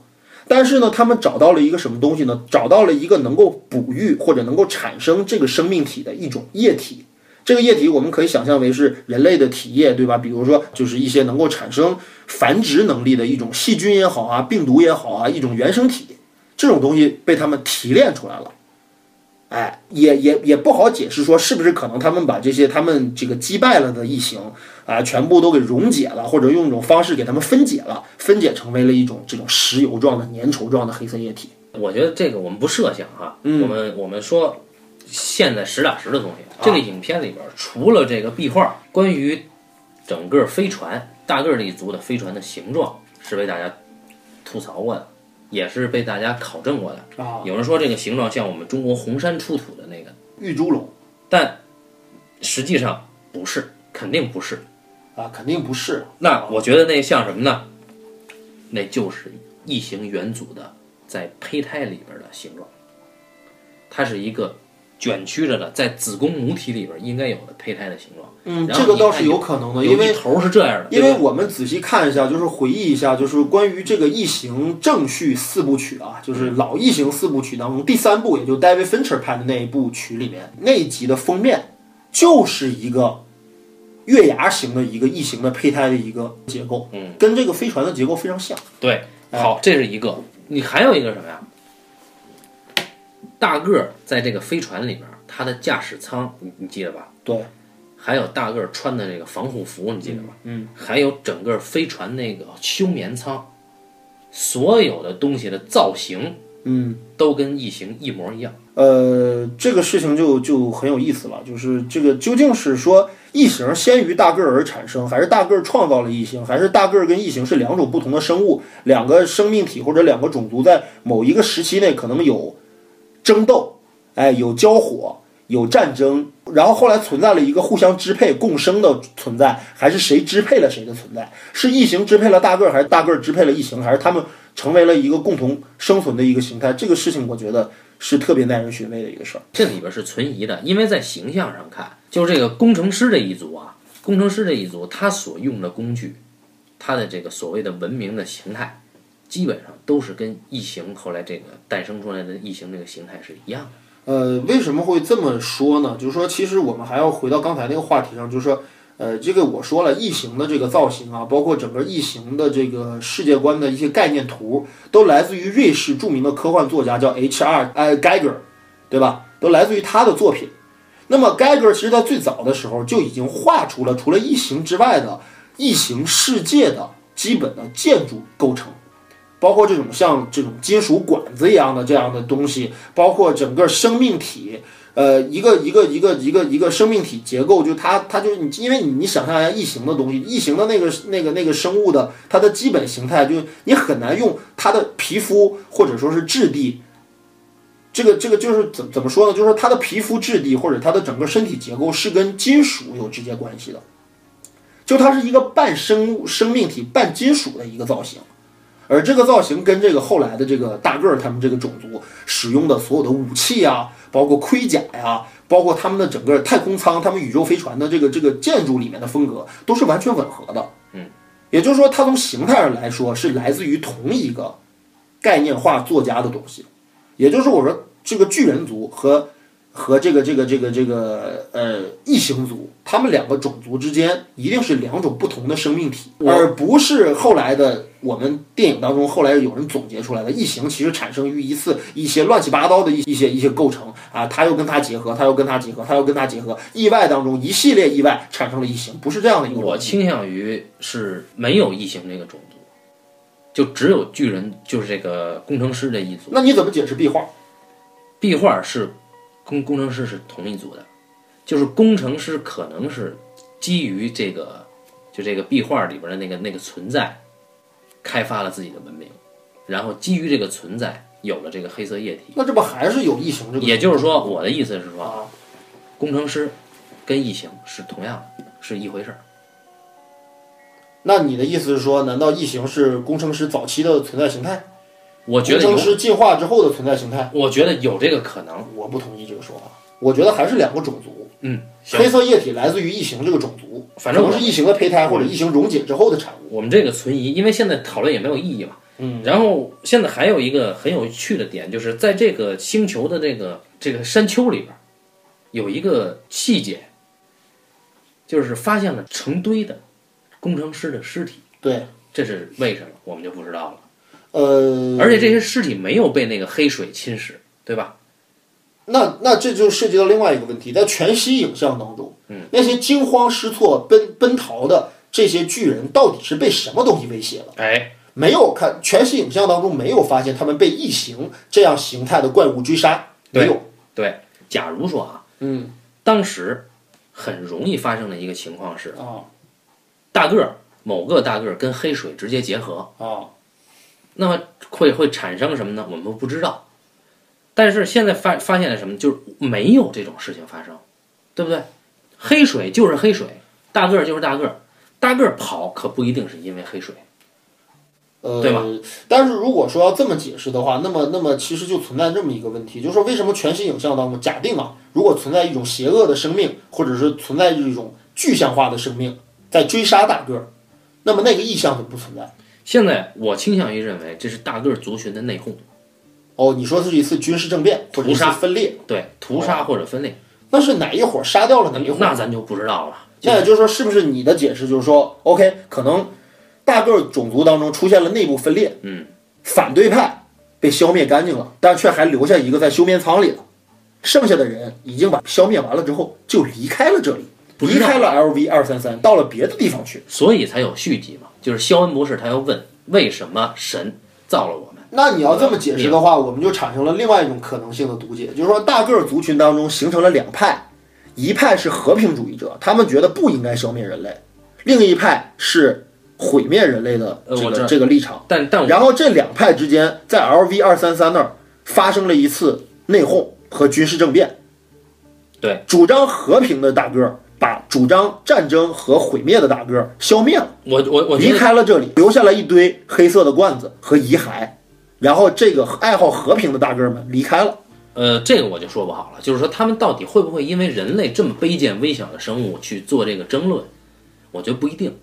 但是呢，他们找到了一个什么东西呢？找到了一个能够哺育或者能够产生这个生命体的一种液体。这个液体我们可以想象为是人类的体液，对吧？比如说，就是一些能够产生繁殖能力的一种细菌也好啊，病毒也好啊，一种原生体，这种东西被他们提炼出来了。哎，也也也不好解释说是不是可能他们把这些他们这个击败了的异形啊，全部都给溶解了，或者用一种方式给他们分解了，分解成为了一种这种石油状的粘稠状的黑色液体。我觉得这个我们不设想哈，嗯啊我们我们说现在实打实的东西。这个影片里边除了这个壁画，关于整个飞船大个儿一族的飞船的形状是被大家吐槽过的，也是被大家考证过的。啊，有人说这个形状像我们中国红山出土的那个，玉猪龙但实际上不是，肯定不是。啊，肯定不是那我觉得那像什么呢？那就是异形元祖的在胚胎里边的形状，它是一个卷曲着的，在子宫母体里边应该有的胚胎的形状。嗯，然后这个你倒看是有有可能的，有因一为头是这样的，因对为吧我们仔细看一下，就是回忆一下，就是关于这个《异形》正序四部曲啊，就是老《异形》四部曲当中第三部，也就 David Fincher 拍的那一部曲里面，那一集的封面就是一个月牙形的一个异形的胚胎的一个结构，嗯，跟这个飞船的结构非常像。对，哎好，这是一个。你还有一个什么呀？大个儿在这个飞船里边，它的驾驶舱，你你记得吧？对，还有大个儿穿的这个防护服，你记得吧？嗯，还有整个飞船那个休眠舱，所有的东西的造型嗯，都跟异形一模一样。呃，这个事情就就很有意思了，就是这个究竟是说异形先于大个儿而产生，还是大个儿创造了异形，还是大个儿跟异形是两种不同的生物，两个生命体或者两个种族在某一个时期内可能有争斗，哎，有交火，有战争，然后后来存在了一个互相支配、共生的存在，还是谁支配了谁的存在？是异形支配了大个儿，还是大个儿支配了异形，还是他们成为了一个共同生存的一个形态？这个事情我觉得是特别耐人寻味的一个事儿。这里边是存疑的，因为在形象上看，就是这个工程师这一族啊，工程师这一族他所用的工具，他的这个所谓的文明的形态，基本上都是跟异形后来这个诞生出来的异形这个形态是一样的。呃，为什么会这么说呢？就是说，其实我们还要回到刚才那个话题上，就是说，呃，这个我说了，异形的这个造型啊，包括整个异形的这个世界观的一些概念图，都来自于瑞士著名的科幻作家叫 H.R. 呃 Geiger，对吧？都来自于他的作品。那么 Geiger 其实在最早的时候就已经画出了除了异形之外的异形世界的基本的建筑构成。包括这种像这种金属管子一样的这样的东西，包括整个生命体，呃，一个一个一个一个一个生命体结构，就它它就是你，因为你你想象一下异形的东西，异形的那个那个那个生物的它的基本形态，就你很难用它的皮肤或者说是质地。这个这个就是怎怎么说呢？就是说它的皮肤质地或者它的整个身体结构是跟金属有直接关系的，就它是一个半生物生命体半金属的一个造型。而这个造型跟这个后来的这个大个儿他们这个种族使用的所有的武器啊，包括盔甲呀、包括他们的整个太空舱、他们宇宙飞船的这个这个建筑里面的风格，都是完全吻合的。嗯，也就是说，它从形态上来说是来自于同一个概念化作家的东西。也就是我说，这个巨人族和和这个这个这个这个呃异形族，他们两个种族之间一定是两种不同的生命体，而不是后来的我们电影当中后来有人总结出来的异形其实产生于一次一些乱七八糟的一一些一些构成啊，它又跟它结合，它又跟它结合，它又跟它结合，意外当中一系列意外产生了异形，不是这样的一个我逻辑。倾向于是没有异形这个种族，就只有巨人，就是这个工程师这一族。那你怎么解释壁画？壁画是跟工程师是同一组的，就是工程师可能是基于这个就这个壁画里边的那个那个存在，开发了自己的文明，然后基于这个存在有了这个黑色液体。那这不还是有异形这个？也就是说，我的意思是说，啊，啊工程师跟异形是同样的，是一回事儿。那你的意思是说，难道异形是工程师早期的存在形态？我觉工得程有，师进化之后的存在形态？我觉得有这个可能。我不同意这个说法，我觉得还是两个种族。嗯，行，黑色液体来自于异形这个种族，反正可我嗯能是异形的胚胎或者异形溶解之后的产物。我们这个存疑，因为现在讨论也没有意义嘛。嗯，然后现在还有一个很有趣的点，就是在这个星球的这个这个山丘里边儿，有一个细节，就是发现了成堆的工程师的尸体，对，这是为什么我们就不知道了。呃，而且这些尸体没有被那个黑水侵蚀，对吧？那那这就涉及到另外一个问题，在全息影像当中，嗯那些惊慌失措、奔奔逃的这些巨人，到底是被什么东西威胁了？哎，没有看全息影像当中没有发现他们被异形这样形态的怪物追杀，没有。对，假如说啊，嗯当时很容易发生的一个情况是，啊大个儿某个大个儿跟黑水直接结合，啊，那么会会产生什么呢？我们不知道。但是现在发发现了什么？就是没有这种事情发生，对不对？黑水就是黑水，大个儿就是大个儿，大个儿跑可不一定是因为黑水。呃，对吧？但是如果说要这么解释的话，那么那么其实就存在这么一个问题，就是说为什么全息影像当中，假定啊，如果存在一种邪恶的生命，或者是存在一种具象化的生命在追杀大个儿，那么那个意象就不存在。现在我倾向于认为这是大个儿族群的内讧，哦，你说是一次军事政变或者一屠次杀分裂，对屠杀哦或者分裂，那是哪一伙杀掉了哪一伙？那咱就不知道了。那也就是说，是不是你的解释就是说，OK，可能大个儿种族当中出现了内部分裂，嗯，反对派被消灭干净了，但却还留下一个在休眠舱里了，剩下的人已经把消灭完了之后就离开了这里，不离知道开了 LV 二三三，到了别的地方去。所以才有续集嘛。就是肖恩博士他要问为什么神造了我们？那你要这么解释的话，我们就产生了另外一种可能性的读解，就是说大个儿族群当中形成了两派，一派是和平主义者，他们觉得不应该消灭人类；另一派是毁灭人类的呃这我知个、道这个立场。但但我然后这两派之间在 LV 二三三那儿发生了一次内讧和军事政变。对，主张和平的大个儿把主张战争和毁灭的大个儿消灭了。我我我觉离得开了这里，留下了一堆黑色的罐子和遗骸。然后这个爱好和平的大个儿们离开了，呃，这个我就说不好了，就是说他们到底会不会因为人类这么卑贱微小的生物去做这个争论？我觉得不一定。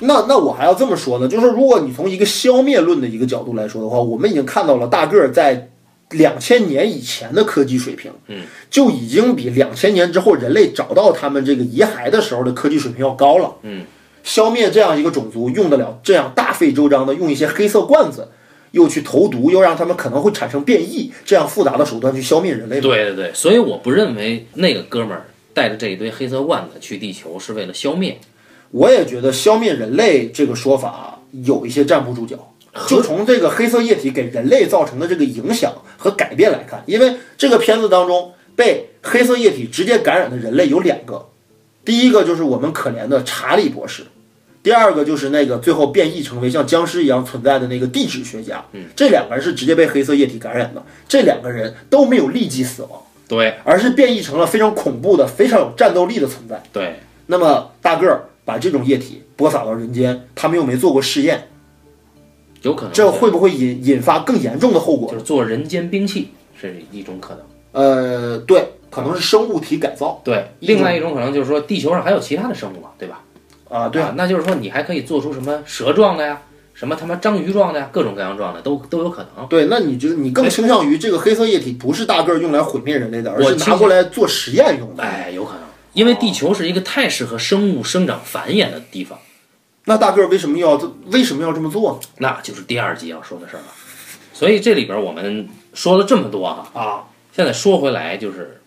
那那我还要这么说呢，就是如果你从一个消灭论的一个角度来说的话，我们已经看到了大个儿在两千年以前的科技水平，嗯，就已经比两千年之后人类找到他们这个遗骸的时候的科技水平要高了，嗯，消灭这样一个种族用得了这样大费周章的用一些黑色罐子，又去投毒，又让他们可能会产生变异这样复杂的手段去消灭人类吗，对对对，所以我不认为那个哥们儿带着这一堆黑色罐子去地球是为了消灭。我也觉得消灭人类这个说法有一些站不住脚。就从这个黑色液体给人类造成的这个影响和改变来看，因为这个片子当中被黑色液体直接感染的人类有两个，第一个就是我们可怜的查理博士，第二个就是那个最后变异成为像僵尸一样存在的那个地质学家。嗯，这两个人是直接被黑色液体感染的，这两个人都没有立即死亡，对而是变异成了非常恐怖的、非常有战斗力的存在。对，那么大个儿把这种液体播撒到人间，他们又没做过试验，有可能这会不会引引发更严重的后果就？是做人间兵器是一种可能。呃，对，可能是生物体改造对，另外一种可能就是说地球上还有其他的生物嘛，对吧？啊，对，啊，那就是说你还可以做出什么蛇状的呀，什么他妈章鱼状的呀，各种各样状的都都有可能。对，那你就你更倾向于这个黑色液体不是大个儿用来毁灭人类的，而我是倾拿向过来做实验用的。哎，有可能，因为地球是一个太适合生物生长繁衍的地方。那大个儿为什么要这为什么要这么做呢？那就是第二集要说的事儿了。所以这里边我们说了这么多哈，啊，现在说回来就是，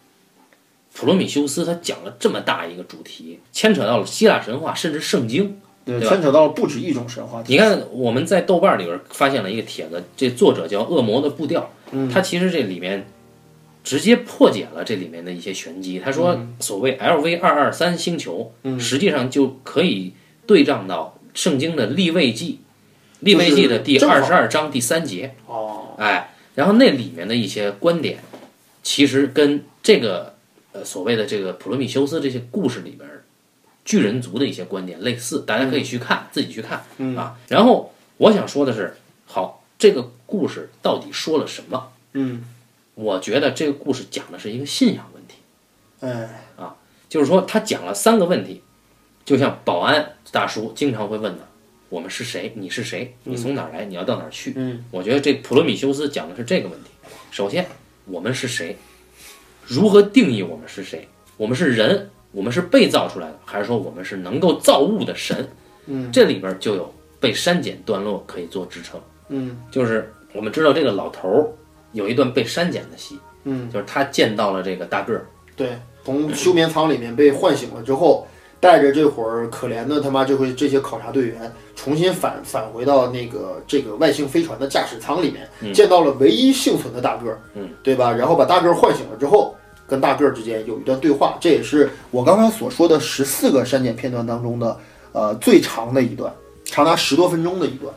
普罗米修斯他讲了这么大一个主题，牵扯到了希腊神话，甚至圣经。对，对吧牵扯到了不止一种神话体系。你看我们在豆瓣里边发现了一个帖子，这作者叫恶魔的步调，嗯他其实这里面直接破解了这里面的一些玄机。他说，嗯所谓 LV 二二三星球，实际上就可以对仗到圣经的立位记，立位记的第就是二正十二章第三节。哦，哎，然后那里面的一些观点，其实跟这个呃所谓的这个普罗米修斯这些故事里边儿巨人族的一些观点类似，大家可以去看，自己去看啊。然后我想说的是，好，这个故事到底说了什么？嗯，我觉得这个故事讲的是一个信仰问题，哎，就是说他讲了三个问题，就像保安大叔经常会问的：我们是谁？你是谁？你从哪儿来？你要到哪儿去？嗯，我觉得这普罗米修斯讲的是这个问题。首先，我们是谁？如何定义我们是谁？我们是人，我们是被造出来的，还是说我们是能够造物的神？嗯，这里边就有被删减段落可以做支撑。嗯就是我们知道这个老头儿有一段被删减的戏，嗯，就是他见到了这个大个儿，对，从休眠舱里面被唤醒了之后，带着这伙儿可怜的他妈这回这些考察队员重新返返回到那个这个外星飞船的驾驶舱里面，见到了唯一幸存的大个儿，嗯，对吧？然后把大个儿唤醒了之后。跟大个儿之间有一段对话，这也是我刚刚所说的十四个删减片段当中的，呃，最长的一段，长达十多分钟的一段。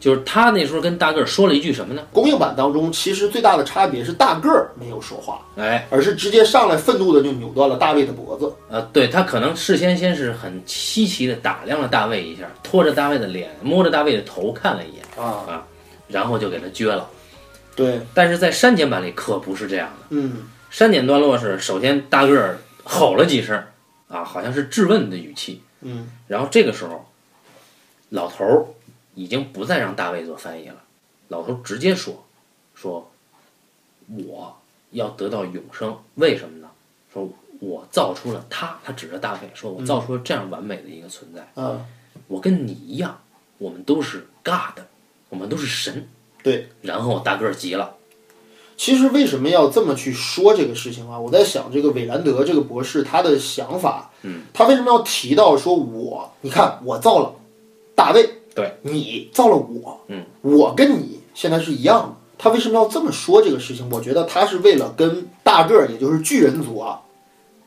就是他那时候跟大个儿说了一句什么呢？公映版当中，其实最大的差别是大个儿没有说话，哎，而是直接上来愤怒的就扭断了大卫的脖子。呃，对他可能事先先是很稀奇的打量了大卫一下，拖着大卫的脸，摸着大卫的头看了一眼，啊，然后就给他撅了。对，但是在删减版里可不是这样的，嗯删减段落是首先大个儿吼了几声，啊，好像是质问的语气，嗯然后这个时候，老头儿已经不再让大卫做翻译了，老头儿直接说：“说我要得到永生，为什么呢？说我造出了他，他指着大卫说，我造嗯出了这样完美的一个存在。啊，我跟你一样，我们都是 God，我们都是神。”对。然后大个儿急了，其实为什么要这么去说这个事情啊？我在想，这个韦兰德这个博士他的想法，嗯，他为什么要提到说我？你看，我造了大卫，对你造了我，嗯，我跟你现在是一样的。他为什么要这么说这个事情？我觉得他是为了跟大个儿，也就是巨人族啊，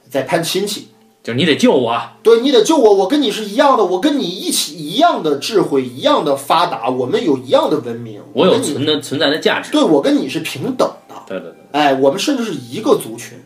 在攀亲戚。就是你得救我啊，对你得救我，我跟你是一样的，我跟你一起一样的智慧，一样的发达，我们有一样的文明，我有跟你存的存在的价值。对我跟你是平等的，对对对哎，我们甚至是一个族群，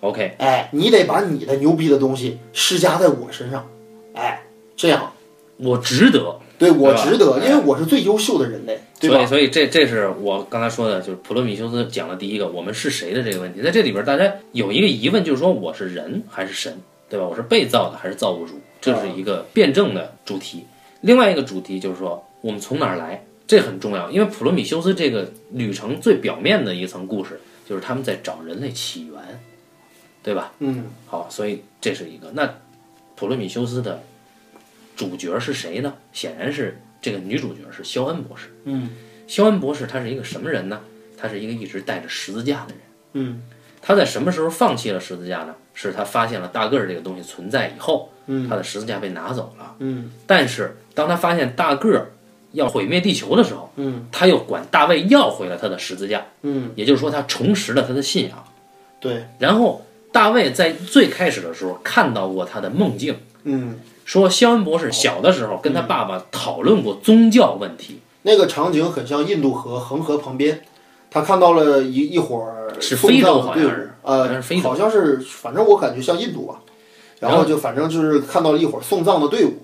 ，OK，哎，你得把你的牛逼的东西施加在我身上，哎，这样我值得。对我对吧哎值得，因为我是最优秀的人类，对所以，吧？所以这这是我刚才说的，就是普罗米修斯讲的第一个我们是谁的这个问题。在这里边，大家有一个疑问，就是说我是人还是神，对吧？我是被造的还是造物主？这啊是一个辩证的主题。另外一个主题就是说我们从哪儿来，这很重要，因为普罗米修斯这个旅程最表面的一层故事，就是他们在找人类起源，对吧？嗯，好，所以这是一个。那普罗米修斯的主角是谁呢？显然是这个女主角是肖恩博士。嗯，肖恩博士他是一个什么人呢？他是一个一直带着十字架的人。嗯，他在什么时候放弃了十字架呢？是他发现了大个儿这个东西存在以后，嗯他的十字架被拿走了。嗯，但是当他发现大个儿要毁灭地球的时候，嗯，他又管大卫要回了他的十字架。嗯，也就是说，他重拾了他的信仰。对，然后大卫在最开始的时候看到过他的梦境，嗯，说肖恩博士小的时候跟他爸爸讨论过宗教问题，那个场景很像印度河恒河旁边。他看到了一一伙儿是送非洲葬的好队像伍是好像呃是非，洲好像是，反正我感觉像印度吧。然后就反正就是看到了一伙送葬的队伍，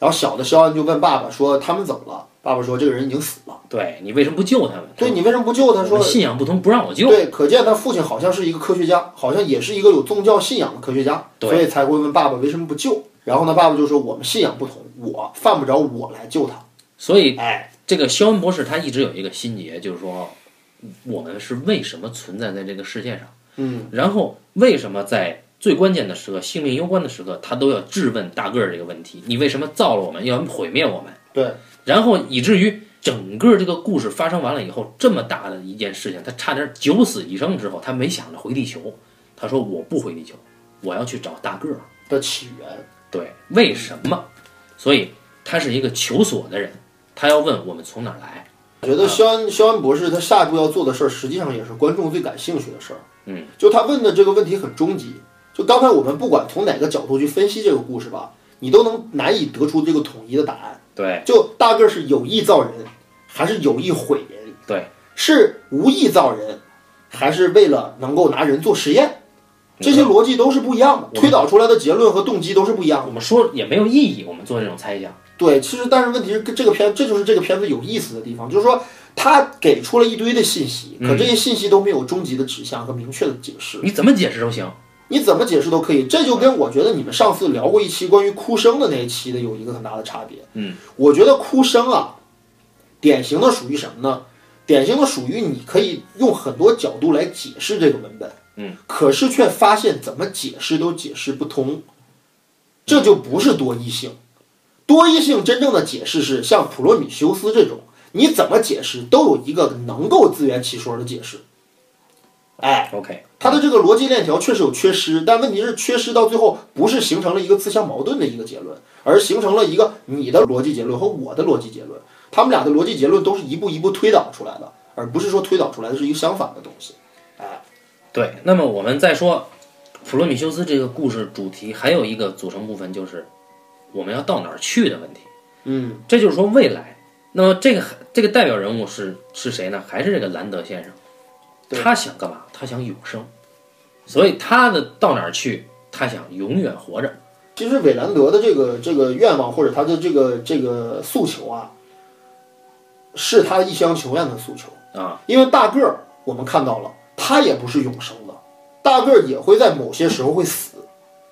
然后小的肖恩就问爸爸说他们怎么了？爸爸说这个人已经死了。对你为什么不救他们？对，你为什么不救他？我说们信仰不同，不让我救。对，可见他父亲好像是一个科学家，好像也是一个有宗教信仰的科学家，对所以才会问爸爸为什么不救。然后呢，爸爸就说我们信仰不同，我犯不着我来救他。所以哎，这个肖恩博士他一直有一个心结，就是说我们是为什么存在在这个世界上，嗯然后为什么在最关键的时刻、性命攸关的时刻，他都要质问大个儿这个问题：你为什么造了我们，要毁灭我们？对，然后以至于整个这个故事发生完了以后，这么大的一件事情，他差点九死一生之后，他没想着回地球，他说我不回地球，我要去找大个儿。的起源，对，为什么？所以他是一个求索的人，他要问我们从哪儿来。我觉得嗯肖恩肖恩博士他下一步要做的事儿，实际上也是观众最感兴趣的事儿。嗯，就他问的这个问题很终极。就刚才我们不管从哪个角度去分析这个故事吧，你都能难以得出这个统一的答案。对就大个儿是有意造人，还是有意毁人？对，是无意造人，还是为了能够拿人做实验？这些逻辑都是不一样的，推导出来的结论和动机都是不一样的。啊我们说也没有意义，我们做这种猜想。对，其实但是问题是，这个片这就是这个片子有意思的地方，就是说它给出了一堆的信息，可这些信息都没有终极的指向和明确的解释，你怎么解释都行。你怎么解释都可以。这就跟我觉得你们上次聊过一期关于哭声的那一期的有一个很大的差别。嗯，我觉得哭声啊，典型的属于什么呢？典型的属于你可以用很多角度来解释这个文本，嗯，可是却发现怎么解释都解释不通，这就不是多义性。多义性真正的解释是像普罗米修斯这种，你怎么解释都有一个能够自圆其说的解释。哎， OK，它的这个逻辑链条确实有缺失，但问题是缺失到最后不是形成了一个自相矛盾的一个结论，而形成了一个你的逻辑结论和我的逻辑结论，他们俩的逻辑结论都是一步一步推导出来的，而不是说推导出来的是一个相反的东西。对。那么我们再说普罗米修斯这个故事主题，还有一个组成部分就是我们要到哪儿去的问题。嗯，这就是说未来。那么这个这个代表人物是是谁呢？还是这个兰德先生？对他想干嘛？他想永生，所以他的到哪儿去？他想永远活着。其实韦兰德的这个这个愿望或者他的这个这个诉求啊，是他一厢情愿的诉求啊，因为大个儿我们看到了，他也不是永生的，大个儿也会在某些时候会死。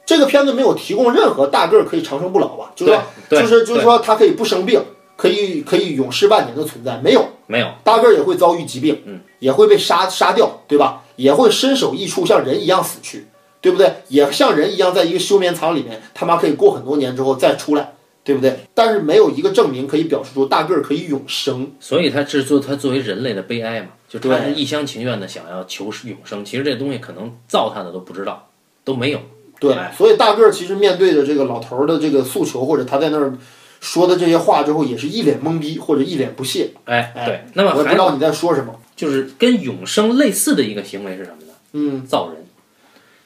这个片子没有提供任何大个儿可以长生不老吧，就是说对就是就是对说他可以不生病，可以可以永世万年的存在，没有没有，大个儿也会遭遇疾病，嗯，也会被杀杀掉，对吧？也会身首异处，像人一样死去，对不对？也像人一样，在一个休眠舱里面，他妈可以过很多年之后再出来，对不对？但是没有一个证明可以表示出大个儿可以永生，所以他这做他作为人类的悲哀嘛，就他对是一厢情愿的想要求永生。其实这东西可能造他的都不知道，都没有。对哎，所以大个儿其实面对着这个老头儿的这个诉求，或者他在那儿说的这些话之后，也是一脸懵逼或者一脸不屑，哎，哎对。那么我也不还知有道你在说什么。就是跟永生类似的一个行为是什么呢？嗯，造人，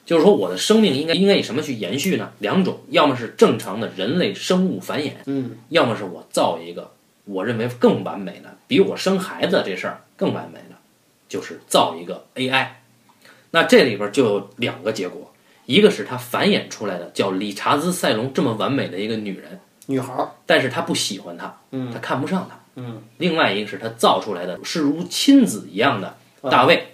就是说我的生命应该应该以什么去延续呢？两种，要么是正常的人类生物繁衍，嗯，要么是我造一个我认为更完美的，比我生孩子这事儿更完美的，就是造一个 AI。那这里边就有两个结果，一个是他繁衍出来的叫理查兹·塞隆这么完美的一个女人，女孩儿，但是他不喜欢她，嗯他看不上她。嗯，另外一个是他造出来的是如亲子一样的大卫，嗯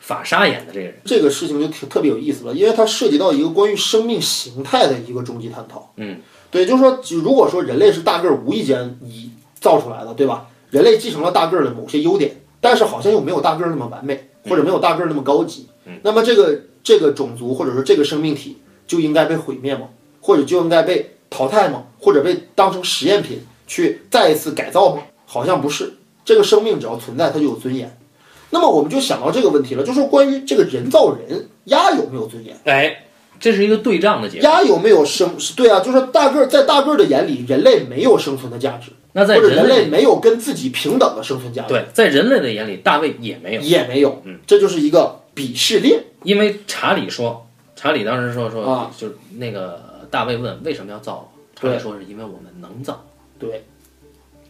法沙演的这个人。这个事情就挺特别有意思了，因为它涉及到一个关于生命形态的一个终极探讨。嗯，对，就是说，如果说人类是大个儿无意间你造出来的，对吧？人类继承了大个儿的某些优点，但是好像又没有大个儿那么完美，嗯或者没有大个儿那么高级。那么这个这个种族或者说这个生命体就应该被毁灭吗？或者就应该被淘汰吗？或者被当成实验品去再一次改造吗？好像不是。这个生命只要存在，它就有尊严。那么我们就想到这个问题了，就是关于这个人造人鸭有没有尊严？哎，这是一个对仗的结果。鸭有没有生？对啊，就是大个儿在大个儿的眼里，人类没有生存的价值，那在或者人类类没有跟自己平等的生存价值，对，在人类的眼里，大卫也没有，也没有。嗯，这就是一个鄙视链。因为查理说，查理当时说说，啊就是那个大卫问为什么要造我，查理说是因为我们能造，对，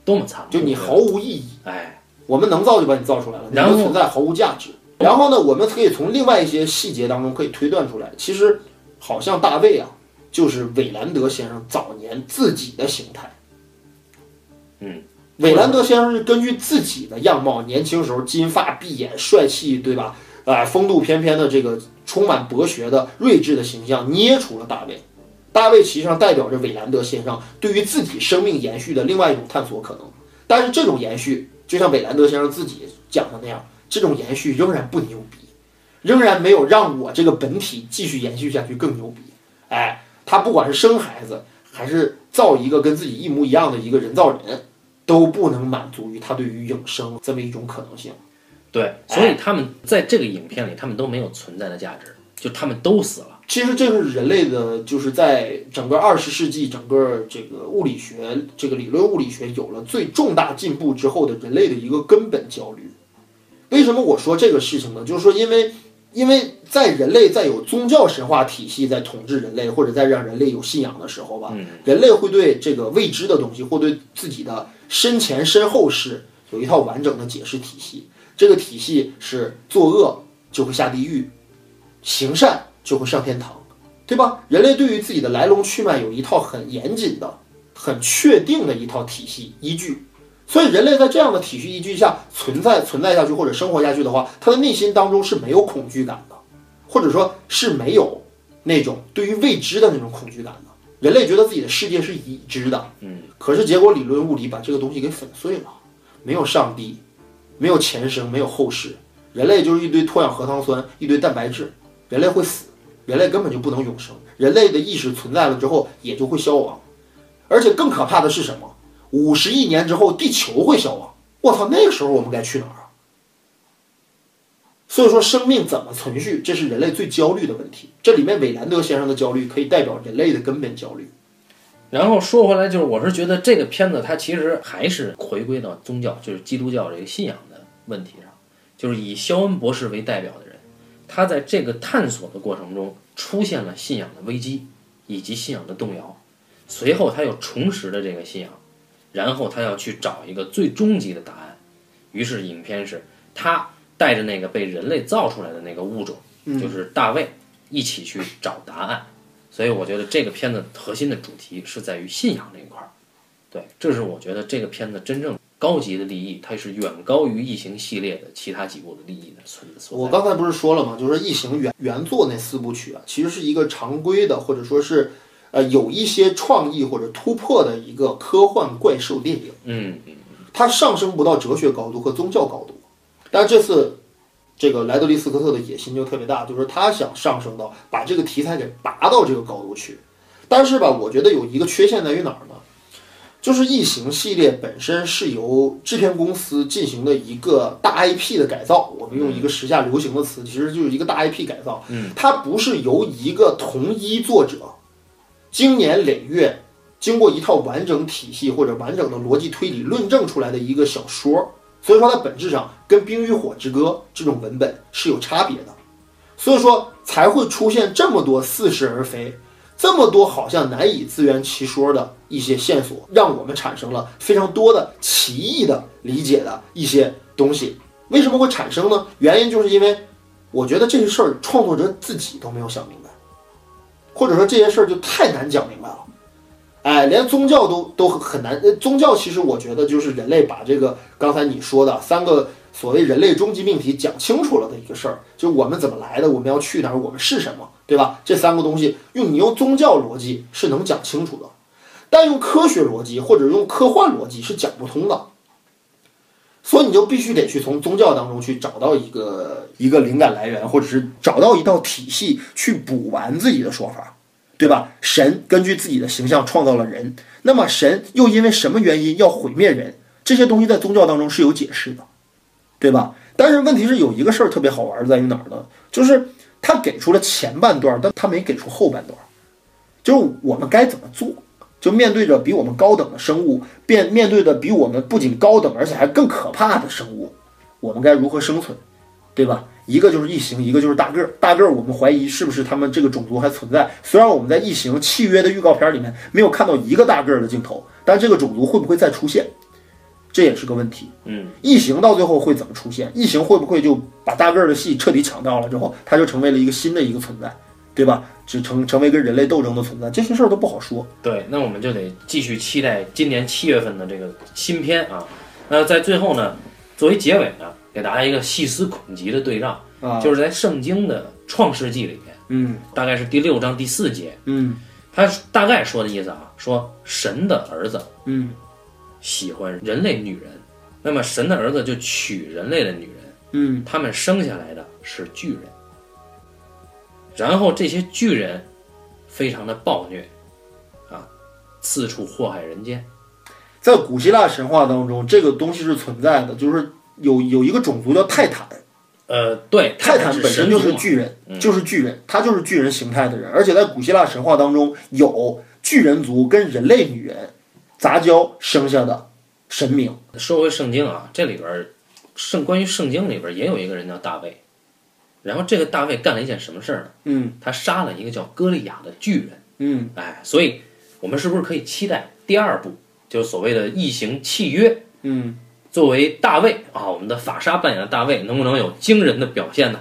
多么啊残酷，就你毫无意义，哎，我们能造就把你造出来了，你然后的存在毫无价值。然后呢，我们可以从另外一些细节当中可以推断出来，其实好像大卫啊，就是韦兰德先生早年自己的形态。嗯，韦兰德先生是根据自己的样貌，年轻时候金发碧眼、帅气，对吧？啊、风度翩翩的这个充满博学的睿智的形象，捏出了大卫。大卫其实上代表着韦兰德先生对于自己生命延续的另外一种探索可能。但是这种延续，就像韦兰德先生自己讲的那样，这种延续仍然不牛逼，仍然没有让我这个本体继续延续下去更牛逼。哎，他不管是生孩子，还是造一个跟自己一模一样的一个人造人，都不能满足于他对于永生这么一种可能性。对，所哎以他们在这个影片里，他们都没有存在的价值，就他们都死了，其实这是人类的，就是在整个二十世纪整个这个物理学这个理论物理学有了最重大进步之后的人类的一个根本焦虑。为什么我说这个事情呢？就是说，因为因为在人类在有宗教神话体系在统治人类，或者在让人类有信仰的时候吧，人类会对这个未知的东西，或对自己的身前身后事有一套完整的解释体系。这个体系是作恶就会下地狱，行善就会上天堂，对吧？人类对于自己的来龙去脉有一套很严谨的、很确定的一套体系依据，所以人类在这样的体系依据下存在存在下去或者生活下去的话，他的内心当中是没有恐惧感的，或者说是没有那种对于未知的那种恐惧感的。人类觉得自己的世界是已知的，嗯，可是结果理论物理把这个东西给粉碎了，没有上帝，没有前生，没有后世，人类就是一堆脱氧核糖酸，一堆蛋白质，人类会死，人类根本就不能永生，人类的意识存在了之后也就会消亡，而且更可怕的是什么？五十亿年之后，地球会消亡。我操，那个时候我们该去哪儿啊？所以说，生命怎么存续，这是人类最焦虑的问题。这里面韦兰德先生的焦虑可以代表人类的根本焦虑。然后说回来，就是我是觉得这个片子它其实还是回归到宗教，就是基督教这个信仰的问题上，就是以肖恩博士为代表的人，他在这个探索的过程中出现了信仰的危机以及信仰的动摇，随后他又重拾了这个信仰，然后他要去找一个最终极的答案，于是影片是他带着那个被人类造出来的那个物种，就是大卫，一起去找答案。所以我觉得这个片子核心的主题是在于信仰这一块儿，对，这是我觉得这个片子真正高级的利益，它是远高于《异形》系列的其他几部的利益的存所在。我刚才不是说了吗？就是《异形原》原作那四部曲啊，其实是一个常规的，或者说是呃有一些创意或者突破的一个科幻怪兽电影，嗯，它上升不到哲学高度和宗教高度。但是这次这个莱德利·斯科特的野心就特别大，就是他想上升到把这个题材给拔到这个高度去。但是吧，我觉得有一个缺陷在于哪儿呢？就是《异形》系列本身是由制片公司进行的一个大 IP 的改造，我们用一个时下流行的词，其实就是一个大 IP 改造。嗯，它不是由一个同一作者经年累月经过一套完整体系或者完整的逻辑推理论证出来的一个小说，所以说它本质上跟《冰与火之歌》这种文本是有差别的，所以说才会出现这么多似是而非，这么多好像难以自圆其说的一些线索，让我们产生了非常多的奇异的理解的一些东西。为什么会产生呢？原因就是因为我觉得这些事儿创作者自己都没有想明白，或者说这些事儿就太难讲明白了。哎，连宗教都都很难。呃宗教其实我觉得就是人类把这个刚才你说的三个所谓人类终极命题讲清楚了的一个事儿，就是我们怎么来的，我们要去哪儿，我们是什么，对吧？这三个东西用你用宗教逻辑是能讲清楚的，但用科学逻辑或者用科幻逻辑是讲不通的。所以你就必须得去从宗教当中去找到一个一个灵感来源，或者是找到一道体系去补完自己的说法。对吧？神根据自己的形象创造了人，那么神又因为什么原因要毁灭人？这些东西在宗教当中是有解释的，对吧？但是问题是有一个事儿特别好玩儿在于哪儿呢？就是他给出了前半段儿，但他没给出后半段儿，就是我们该怎么做？就面对着比我们高等的生物，面面对着比我们不仅高等，而且还更可怕的生物，我们该如何生存？对吧？一个就是异形，一个就是大个儿。大个儿，我们怀疑是不是他们这个种族还存在。虽然我们在异形契约的预告片里面没有看到一个大个儿的镜头，但这个种族会不会再出现，这也是个问题。嗯，异形到最后会怎么出现？异形会不会就把大个儿的戏彻底抢掉了之后，它就成为了一个新的一个存在，对吧？只成成为跟人类斗争的存在，这些事儿都不好说。对，那我们就得继续期待今年七月份的这个新片啊。那在最后呢，作为结尾呢，给大家一个细思恐极的对仗，啊就是在圣经的创世纪里面，嗯大概是第六章第四节，嗯他大概说的意思啊，说神的儿子嗯喜欢人类女人，那么神的儿子就娶人类的女人。嗯他们生下来的是巨人，然后这些巨人非常的暴虐，啊，四处祸害人间。在古希腊神话当中，这个东西是存在的，就是有有一个种族叫泰坦。呃，对，泰坦坦是本身神就族是嘛嗯巨人，就是巨人，他就是巨人形态的人，而且在古希腊神话当中有巨人族跟人类女人杂交生下的神明。说回圣经啊，这里边儿圣关于圣经里边儿也有一个人叫大卫，然后这个大卫干了一件什么事儿呢？嗯他杀了一个叫歌利亚的巨人。嗯，哎，所以我们是不是可以期待第二部，就是所谓的《异形契约》？嗯，作为大卫啊，我们的法沙扮演的大卫能不能有惊人的表现呢？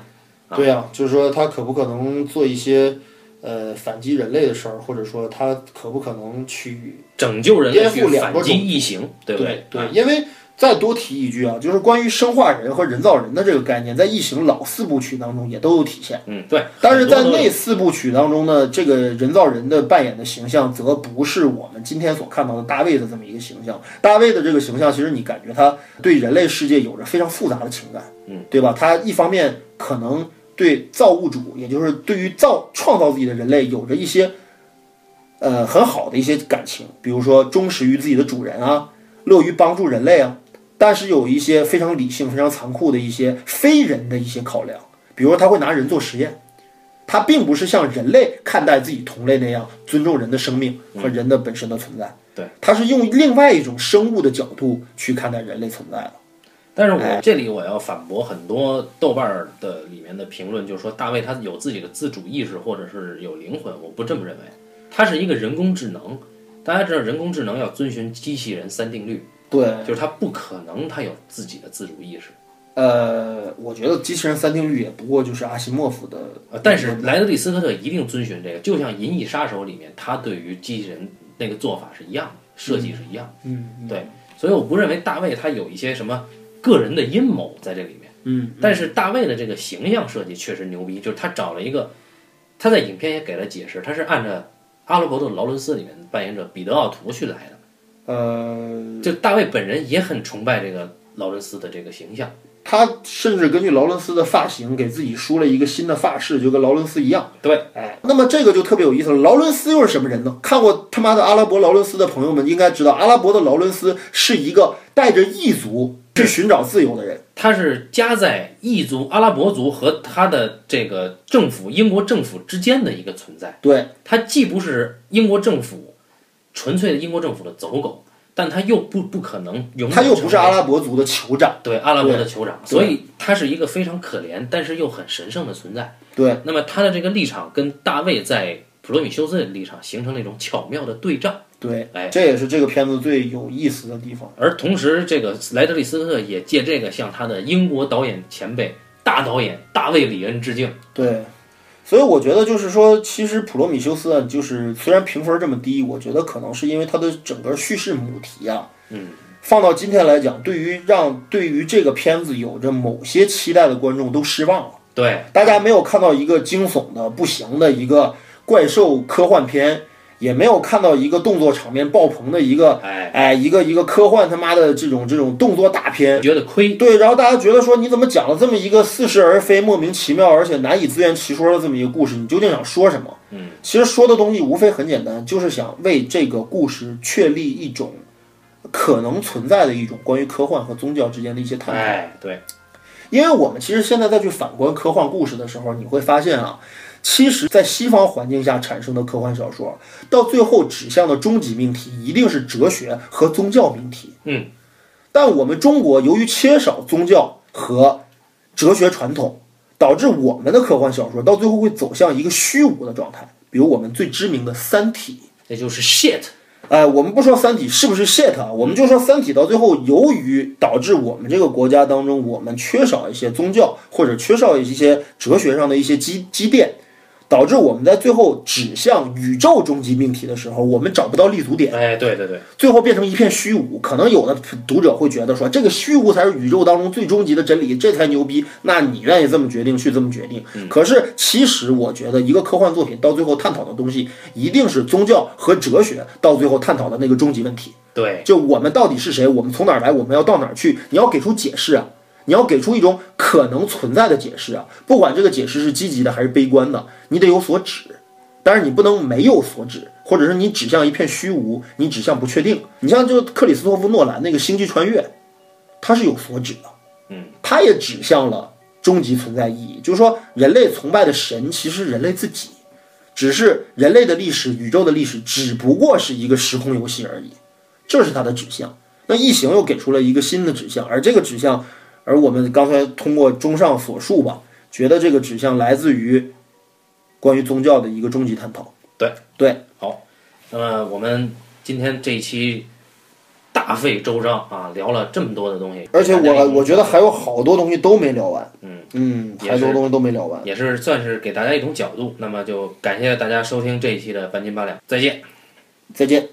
对呀、就是说他可不可能做一些呃反击人类的事儿，或者说他可不可能去拯救人类颠去覆两反个击异形，对啊不对因为再多提一句啊，就是关于生化人和人造人的这个概念，在《异形》老四部曲当中也都有体现。嗯，对。 <laughs> 但是在很多那四部曲当中呢，这个人造人的扮演的形象，则不是我们今天所看到的大卫的这么一个形象。大卫的这个形象，其实你感觉他对人类世界有着非常复杂的情感，嗯，对吧？他一方面可能对造物主，也就是对于造创造自己的人类，有着一些呃很好的一些感情，比如说忠实于自己的主人啊，乐于帮助人类啊。但是有一些非常理性、非常残酷的一些非人的一些考量，比如说他会拿人做实验。他并不是像人类看待自己同类那样尊重人的生命和人的本身的存在，对，他是用另外一种生物的角度去看待人类存在的。但是我这里我要反驳很多豆瓣儿的里面的评论，就是说大卫他有自己的自主意识或者是有灵魂，我不这么认为。他是一个人工智能，大家知道人工智能要遵循机器人三定律，对，就是他不可能他有自己的自主意识。呃，我觉得机器人三定律也不过就是阿西莫夫的呃，但是莱德利·斯科特一定遵循这个，就像《银翼杀手》里面他对于机器人那个做法是一样的，设计是一样的。嗯对，所以我不认为大卫他有一些什么个人的阴谋在这里面。嗯，但是大卫的这个形象设计确实牛逼，就是他找了一个，他在影片也给了解释，他是按照《阿拉伯的劳伦斯》里面扮演者彼得·奥图去来的。呃，就大卫本人也很崇拜这个劳伦斯的这个形象，他甚至根据劳伦斯的发型给自己梳了一个新的发饰，就跟劳伦斯一样。对，哎，那么这个就特别有意思了。劳伦斯又是什么人呢？看过他妈的阿拉伯劳伦斯的朋友们应该知道，阿拉伯的劳伦斯是一个带着异族去寻找自由的人。他是夹在异族、阿拉伯族和他的这个政府、英国政府之间的一个存在。对，他既不是英国政府纯粹的英国政府的走狗，但他又不不可能永远他又不是成为阿拉伯族的酋长。对阿拉伯的酋长，对所以他是一个非常可怜但是又很神圣的存在。对，那么他的这个立场跟大卫在普罗米修斯的立场形成了一种巧妙的对仗，对哎，这也是这个片子最有意思的地方。而同时，这个莱德利·斯科特也借这个向他的英国导演前辈大导演大卫·里恩致敬。对，所以我觉得就是说，其实《普罗米修斯》啊，就是虽然评分这么低，我觉得可能是因为它的整个叙事母题啊，嗯，放到今天来讲，对于让对于这个片子有着某些期待的观众都失望了。对，大家没有看到一个惊悚的不行的一个怪兽科幻片，也没有看到一个动作场面爆棚的一个，哎，哎，一个一个科幻他妈的这种这种动作大片。觉得亏，对，然后大家觉得说你怎么讲了这么一个似是而非、莫名其妙而且难以自圆其说的这么一个故事，你究竟想说什么？嗯，其实说的东西无非很简单，就是想为这个故事确立一种可能存在的一种关于科幻和宗教之间的一些探讨。哎，对，因为我们其实现在再去反观科幻故事的时候，你会发现啊，其实，在西方环境下产生的科幻小说，到最后指向的终极命题一定是哲学和宗教命题。嗯，但我们中国由于缺少宗教和哲学传统，导致我们的科幻小说到最后会走向一个虚无的状态。比如我们最知名的《三体》，那就是 shit，哎，我们不说《三体》是不是 shit 啊，我们就说《三体》到最后，由于导致我们这个国家当中，我们缺少一些宗教或者缺少一些哲学上的一些积积淀，导致我们在最后指向宇宙终极命题的时候，我们找不到立足点，哎，对对对，最后变成一片虚无。可能有的读者会觉得说，这个虚无才是宇宙当中最终极的真理，这才牛逼。那你愿意这么决定去这么决定？可是其实我觉得，一个科幻作品到最后探讨的东西，一定是宗教和哲学到最后探讨的那个终极问题。对，就我们到底是谁，我们从哪儿来，我们要到哪儿去，你要给出解释啊，你要给出一种可能存在的解释啊，不管这个解释是积极的还是悲观的，你得有所指，但是你不能没有所指，或者是你指向一片虚无，你指向不确定。你像就克里斯托弗诺兰那个《星际穿越》，它是有所指的，嗯，它也指向了终极存在意义，就是说人类崇拜的神其实是人类自己。只是人类的历史、宇宙的历史，只不过是一个时空游戏而已。这是它的指向。那异形又给出了一个新的指向，而这个指向，而我们刚才通过综上所述吧，觉得这个指向来自于关于宗教的一个终极探讨。对对，好，那么我们今天这一期大费周章啊，聊了这么多的东西，而且大家我已经我觉得还有好多东西都没聊完。嗯，嗯，也还多是东西都没聊完。也是算是给大家一种角度。那么就感谢大家收听这一期的半斤八两，再见。再见。